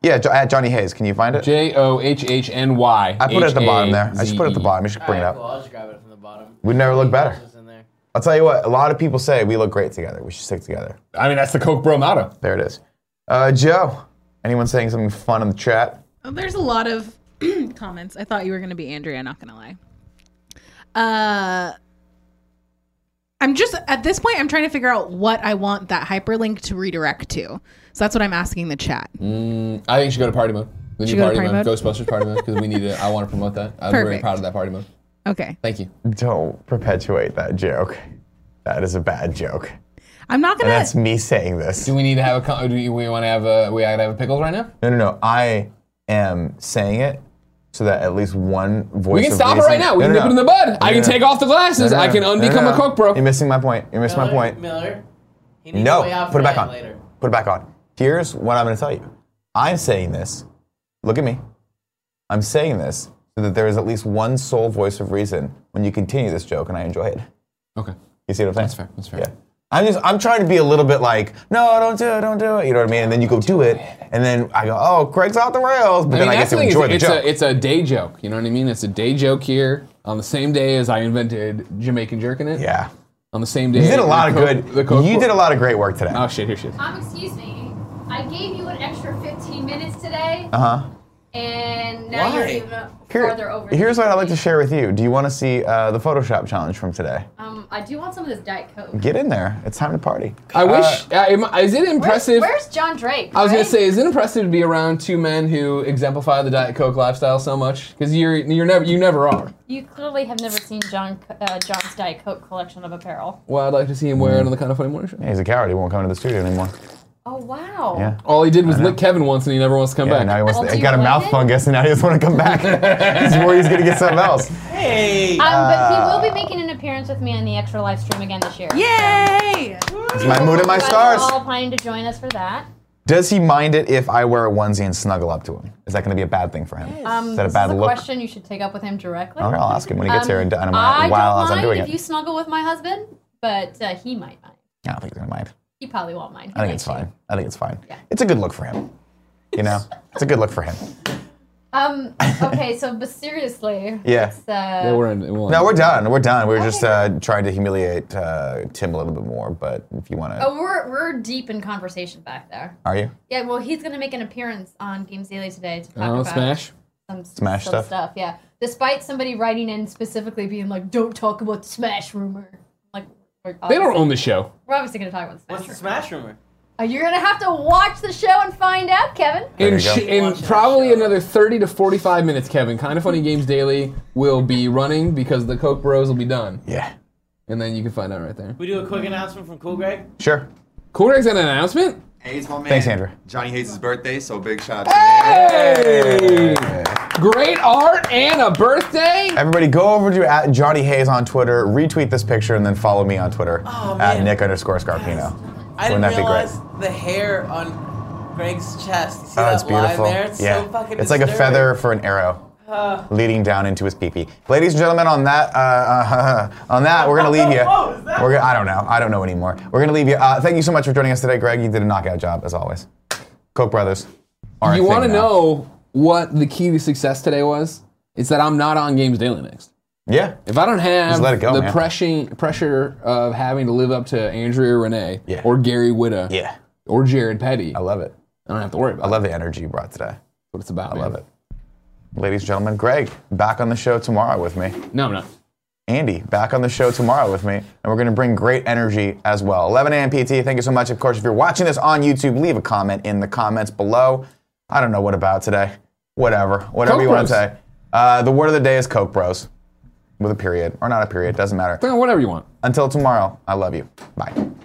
Speaker 1: Yeah, jo- at Johnny Hayes. Can you find it?
Speaker 2: J O H H N Y.
Speaker 1: I put it at the bottom there. I should put it at the bottom. You should bring it up.
Speaker 4: Well, I'll just grab it from the bottom.
Speaker 1: We'd never look better. I'll tell you what, a lot of people say we look great together. We should stick together.
Speaker 2: I mean, that's the Coke Bro motto.
Speaker 1: There it is. Uh, Joe, anyone saying something fun in the chat?
Speaker 7: Oh, there's a lot of [CLEARS THROAT] comments. I thought you were going to be Andrea, not going to lie. Uh, I'm just, at this point, I'm trying to figure out what I want that hyperlink to redirect to. So that's what I'm asking the chat.
Speaker 2: Mm, I think you should go to party mode. The
Speaker 7: Should
Speaker 2: new
Speaker 7: go to
Speaker 2: party,
Speaker 7: party
Speaker 2: mode, Ghostbusters party mode, because we need it. I want to promote that. I'm very
Speaker 7: Perfect.
Speaker 2: proud of that party mode.
Speaker 7: Okay.
Speaker 2: Thank you.
Speaker 1: Don't perpetuate that joke. That is a bad joke.
Speaker 7: I'm not
Speaker 1: And
Speaker 7: going
Speaker 1: that's
Speaker 7: to.
Speaker 1: me saying this.
Speaker 2: Do we need to have a? con- Do we want to have a? We gotta have a pickles right now.
Speaker 1: No, no, no. I am saying it so that at least one voice.
Speaker 2: We can
Speaker 1: of
Speaker 2: stop it
Speaker 1: reason-
Speaker 2: right now.
Speaker 1: No,
Speaker 2: We can
Speaker 1: no,
Speaker 2: nip it
Speaker 1: no.
Speaker 2: in the bud. I
Speaker 1: No,
Speaker 2: can
Speaker 1: no,
Speaker 2: take
Speaker 1: no.
Speaker 2: off the glasses.
Speaker 1: No, no,
Speaker 2: I can
Speaker 1: no, no,
Speaker 2: unbecome
Speaker 1: no, no.
Speaker 2: a Coke bro.
Speaker 1: You're missing my point. You're missing my point.
Speaker 4: Miller, he needs a way
Speaker 1: No,
Speaker 4: out
Speaker 1: put it
Speaker 4: for
Speaker 1: back
Speaker 4: that
Speaker 1: on.
Speaker 4: later.
Speaker 1: Put it back on. Here's what I'm going to tell you. I'm saying this. Look at me. I'm saying this so that there is at least one sole voice of reason when you continue this joke, and I enjoy it.
Speaker 2: Okay.
Speaker 1: You see what I'm saying?
Speaker 2: That's fair. That's fair.
Speaker 1: Yeah. I'm just I'm trying to be a little bit like, no, don't do it, don't do it. You know what I mean? And then you go do it, and then I go, oh, Craig's off the rails. But
Speaker 2: I mean,
Speaker 1: then I get
Speaker 2: that's
Speaker 1: to
Speaker 2: the thing,
Speaker 1: enjoy the
Speaker 2: it's,
Speaker 1: joke.
Speaker 2: it's a, it's a day joke. You know what I mean? It's a day joke here on the same day as I invented Jamaican jerk in it.
Speaker 1: Yeah.
Speaker 2: On the same day.
Speaker 1: you did a lot of
Speaker 2: the
Speaker 1: good.
Speaker 2: Coke- the Coke
Speaker 1: you
Speaker 2: book-
Speaker 1: did a lot of great work today.
Speaker 2: Oh shit! Here she is.
Speaker 5: Uh,
Speaker 15: Um, excuse me. I gave you an extra 15 minutes today,
Speaker 1: Uh huh.
Speaker 15: and now you're
Speaker 1: Why?
Speaker 15: even farther
Speaker 1: Here,
Speaker 15: over.
Speaker 1: here's what I'd like to share with you. Do you want to see uh, the Photoshop challenge from today?
Speaker 16: Uh-huh.
Speaker 15: Um, I do want some of this Diet Coke.
Speaker 1: Get in there. It's time to party.
Speaker 2: I wish. Uh, am- is it
Speaker 15: Where's,
Speaker 2: impressive?
Speaker 15: where's John Drake?
Speaker 2: I was gonna
Speaker 15: right?
Speaker 2: say, is it impressive to be around two men who exemplify the Diet Coke lifestyle so much? Because you're you're never you never are.
Speaker 16: You clearly have never seen John uh, John's Diet Coke collection of apparel.
Speaker 2: Well, I'd like to see him
Speaker 1: Mm-hmm.
Speaker 2: wear it on the kind of funny morning show.
Speaker 1: he's a coward. He won't come to the studio anymore.
Speaker 15: Oh wow.
Speaker 1: Yeah.
Speaker 2: All he did was lick Kevin once, and he never wants to come
Speaker 1: Yeah,
Speaker 2: back.
Speaker 1: now he wants to, he got a mouth fungus, and now he doesn't want to come back. he's worried he's gonna get something else.
Speaker 15: Hey.
Speaker 16: Um, but he will be making an appearance with me on the extra live stream again this year.
Speaker 7: Yay!
Speaker 1: It's my mood and my
Speaker 16: you guys are
Speaker 1: stars.
Speaker 16: All planning to join us for that.
Speaker 1: Does he mind it if I wear a onesie and snuggle up to him? Is that gonna be a bad thing for him?
Speaker 16: Um,
Speaker 1: is that a
Speaker 16: this
Speaker 1: bad
Speaker 16: is a
Speaker 1: look?
Speaker 16: question you should take up with him directly. Um,
Speaker 1: Okay, I'll ask him when he gets here and- and I'm-
Speaker 16: I
Speaker 1: while
Speaker 16: don't
Speaker 1: as I'm
Speaker 16: mind
Speaker 1: doing
Speaker 16: if
Speaker 1: it.
Speaker 16: you snuggle with my husband, but uh, he might mind.
Speaker 1: I don't think he's gonna mind.
Speaker 16: He probably won't mind.
Speaker 1: I think it's fine. I think it's fine. It's a good look for him. You know, it's a good look
Speaker 16: [LAUGHS]
Speaker 1: for him.
Speaker 16: Um. [LAUGHS] Okay. So, but seriously.
Speaker 1: Yeah.
Speaker 16: It's, uh,
Speaker 1: no, we're done. We're done. We were just uh, trying to humiliate uh, Tim a little bit more, but if you want to,
Speaker 16: oh, we're we're deep in conversation back there.
Speaker 1: are you?
Speaker 16: Yeah. Well, he's gonna make an appearance on Games Daily today
Speaker 2: Uh,
Speaker 16: to talk
Speaker 1: Oh,
Speaker 16: about
Speaker 1: Smash?
Speaker 16: some
Speaker 1: Smash
Speaker 16: some
Speaker 1: stuff?
Speaker 16: Yeah. Despite somebody writing in specifically being like, "Don't talk about the Smash rumor." Like we're
Speaker 2: They don't
Speaker 16: obviously-
Speaker 2: own the show.
Speaker 16: We're obviously gonna talk about the Smash.
Speaker 4: What's the Smash rumor?
Speaker 16: Uh, you're gonna have to watch the show and find out, Kevin.
Speaker 2: In, sh- in probably another 30 to 45 minutes, Kevin, Kind of Funny Games Daily will be running because the Coke Bros will be done.
Speaker 1: Yeah.
Speaker 2: And then you can find out right there.
Speaker 4: We do a quick announcement from Cool Greg.
Speaker 1: Sure.
Speaker 2: Cool Greg's got an announcement?
Speaker 17: Hayes, my man.
Speaker 2: Thanks, Andrew.
Speaker 17: Johnny Hayes' birthday, so big shout out
Speaker 2: Hey! Great art and a birthday.
Speaker 1: Everybody, go over to at Johnny Hayes on Twitter, retweet this picture, and then follow me on Twitter at Nick underscore Scarpino.
Speaker 4: Oh, I
Speaker 1: Wouldn't
Speaker 4: didn't
Speaker 1: that be great?
Speaker 4: realize the hair on Greg's chest. You see
Speaker 1: Oh,
Speaker 4: that
Speaker 1: it's beautiful.
Speaker 4: line there? It's
Speaker 1: yeah,
Speaker 4: so fucking
Speaker 1: it's like a
Speaker 4: disturbing.
Speaker 1: feather for an arrow.
Speaker 4: Uh.
Speaker 1: leading down into his pee-pee. Ladies and gentlemen, on that, uh, uh, [LAUGHS] on that, we're gonna
Speaker 4: [LAUGHS]
Speaker 1: leave you. We're gonna, I don't know. I don't know anymore. We're gonna leave you. Uh, thank you so much for joining us today, Greg. You did a knockout job as always. Koch brothers. are a
Speaker 2: you
Speaker 1: thing
Speaker 2: want to
Speaker 1: now.
Speaker 2: know what the key to success today was? It's that I'm not on Games Daily next.
Speaker 1: Yeah.
Speaker 2: If I don't have
Speaker 1: Just let it go,
Speaker 2: the
Speaker 1: man.
Speaker 2: pressing pressure of having to live up to Andrea Renee or Gary Witta
Speaker 1: yeah.
Speaker 2: or Jared Petty, I
Speaker 1: love it.
Speaker 2: I don't have to worry about
Speaker 1: I love the energy you brought today. That's
Speaker 2: what it's about. I
Speaker 1: love it. Ladies and gentlemen, Greg back on the show tomorrow with me.
Speaker 2: No, I'm not.
Speaker 1: Andy back on the show tomorrow with me, and we're going to bring great energy as well. 11 a.m. PT. Thank you so much. Of course, if you're watching this on YouTube, leave a comment in the comments below. I don't know what about today. Whatever, whatever
Speaker 2: Coke
Speaker 1: you want
Speaker 2: Bros.
Speaker 1: to say. Uh, the word of the day is Coke Bros, with a period or not a period. Doesn't matter.
Speaker 2: Whatever you want.
Speaker 1: Until tomorrow, I love you. Bye.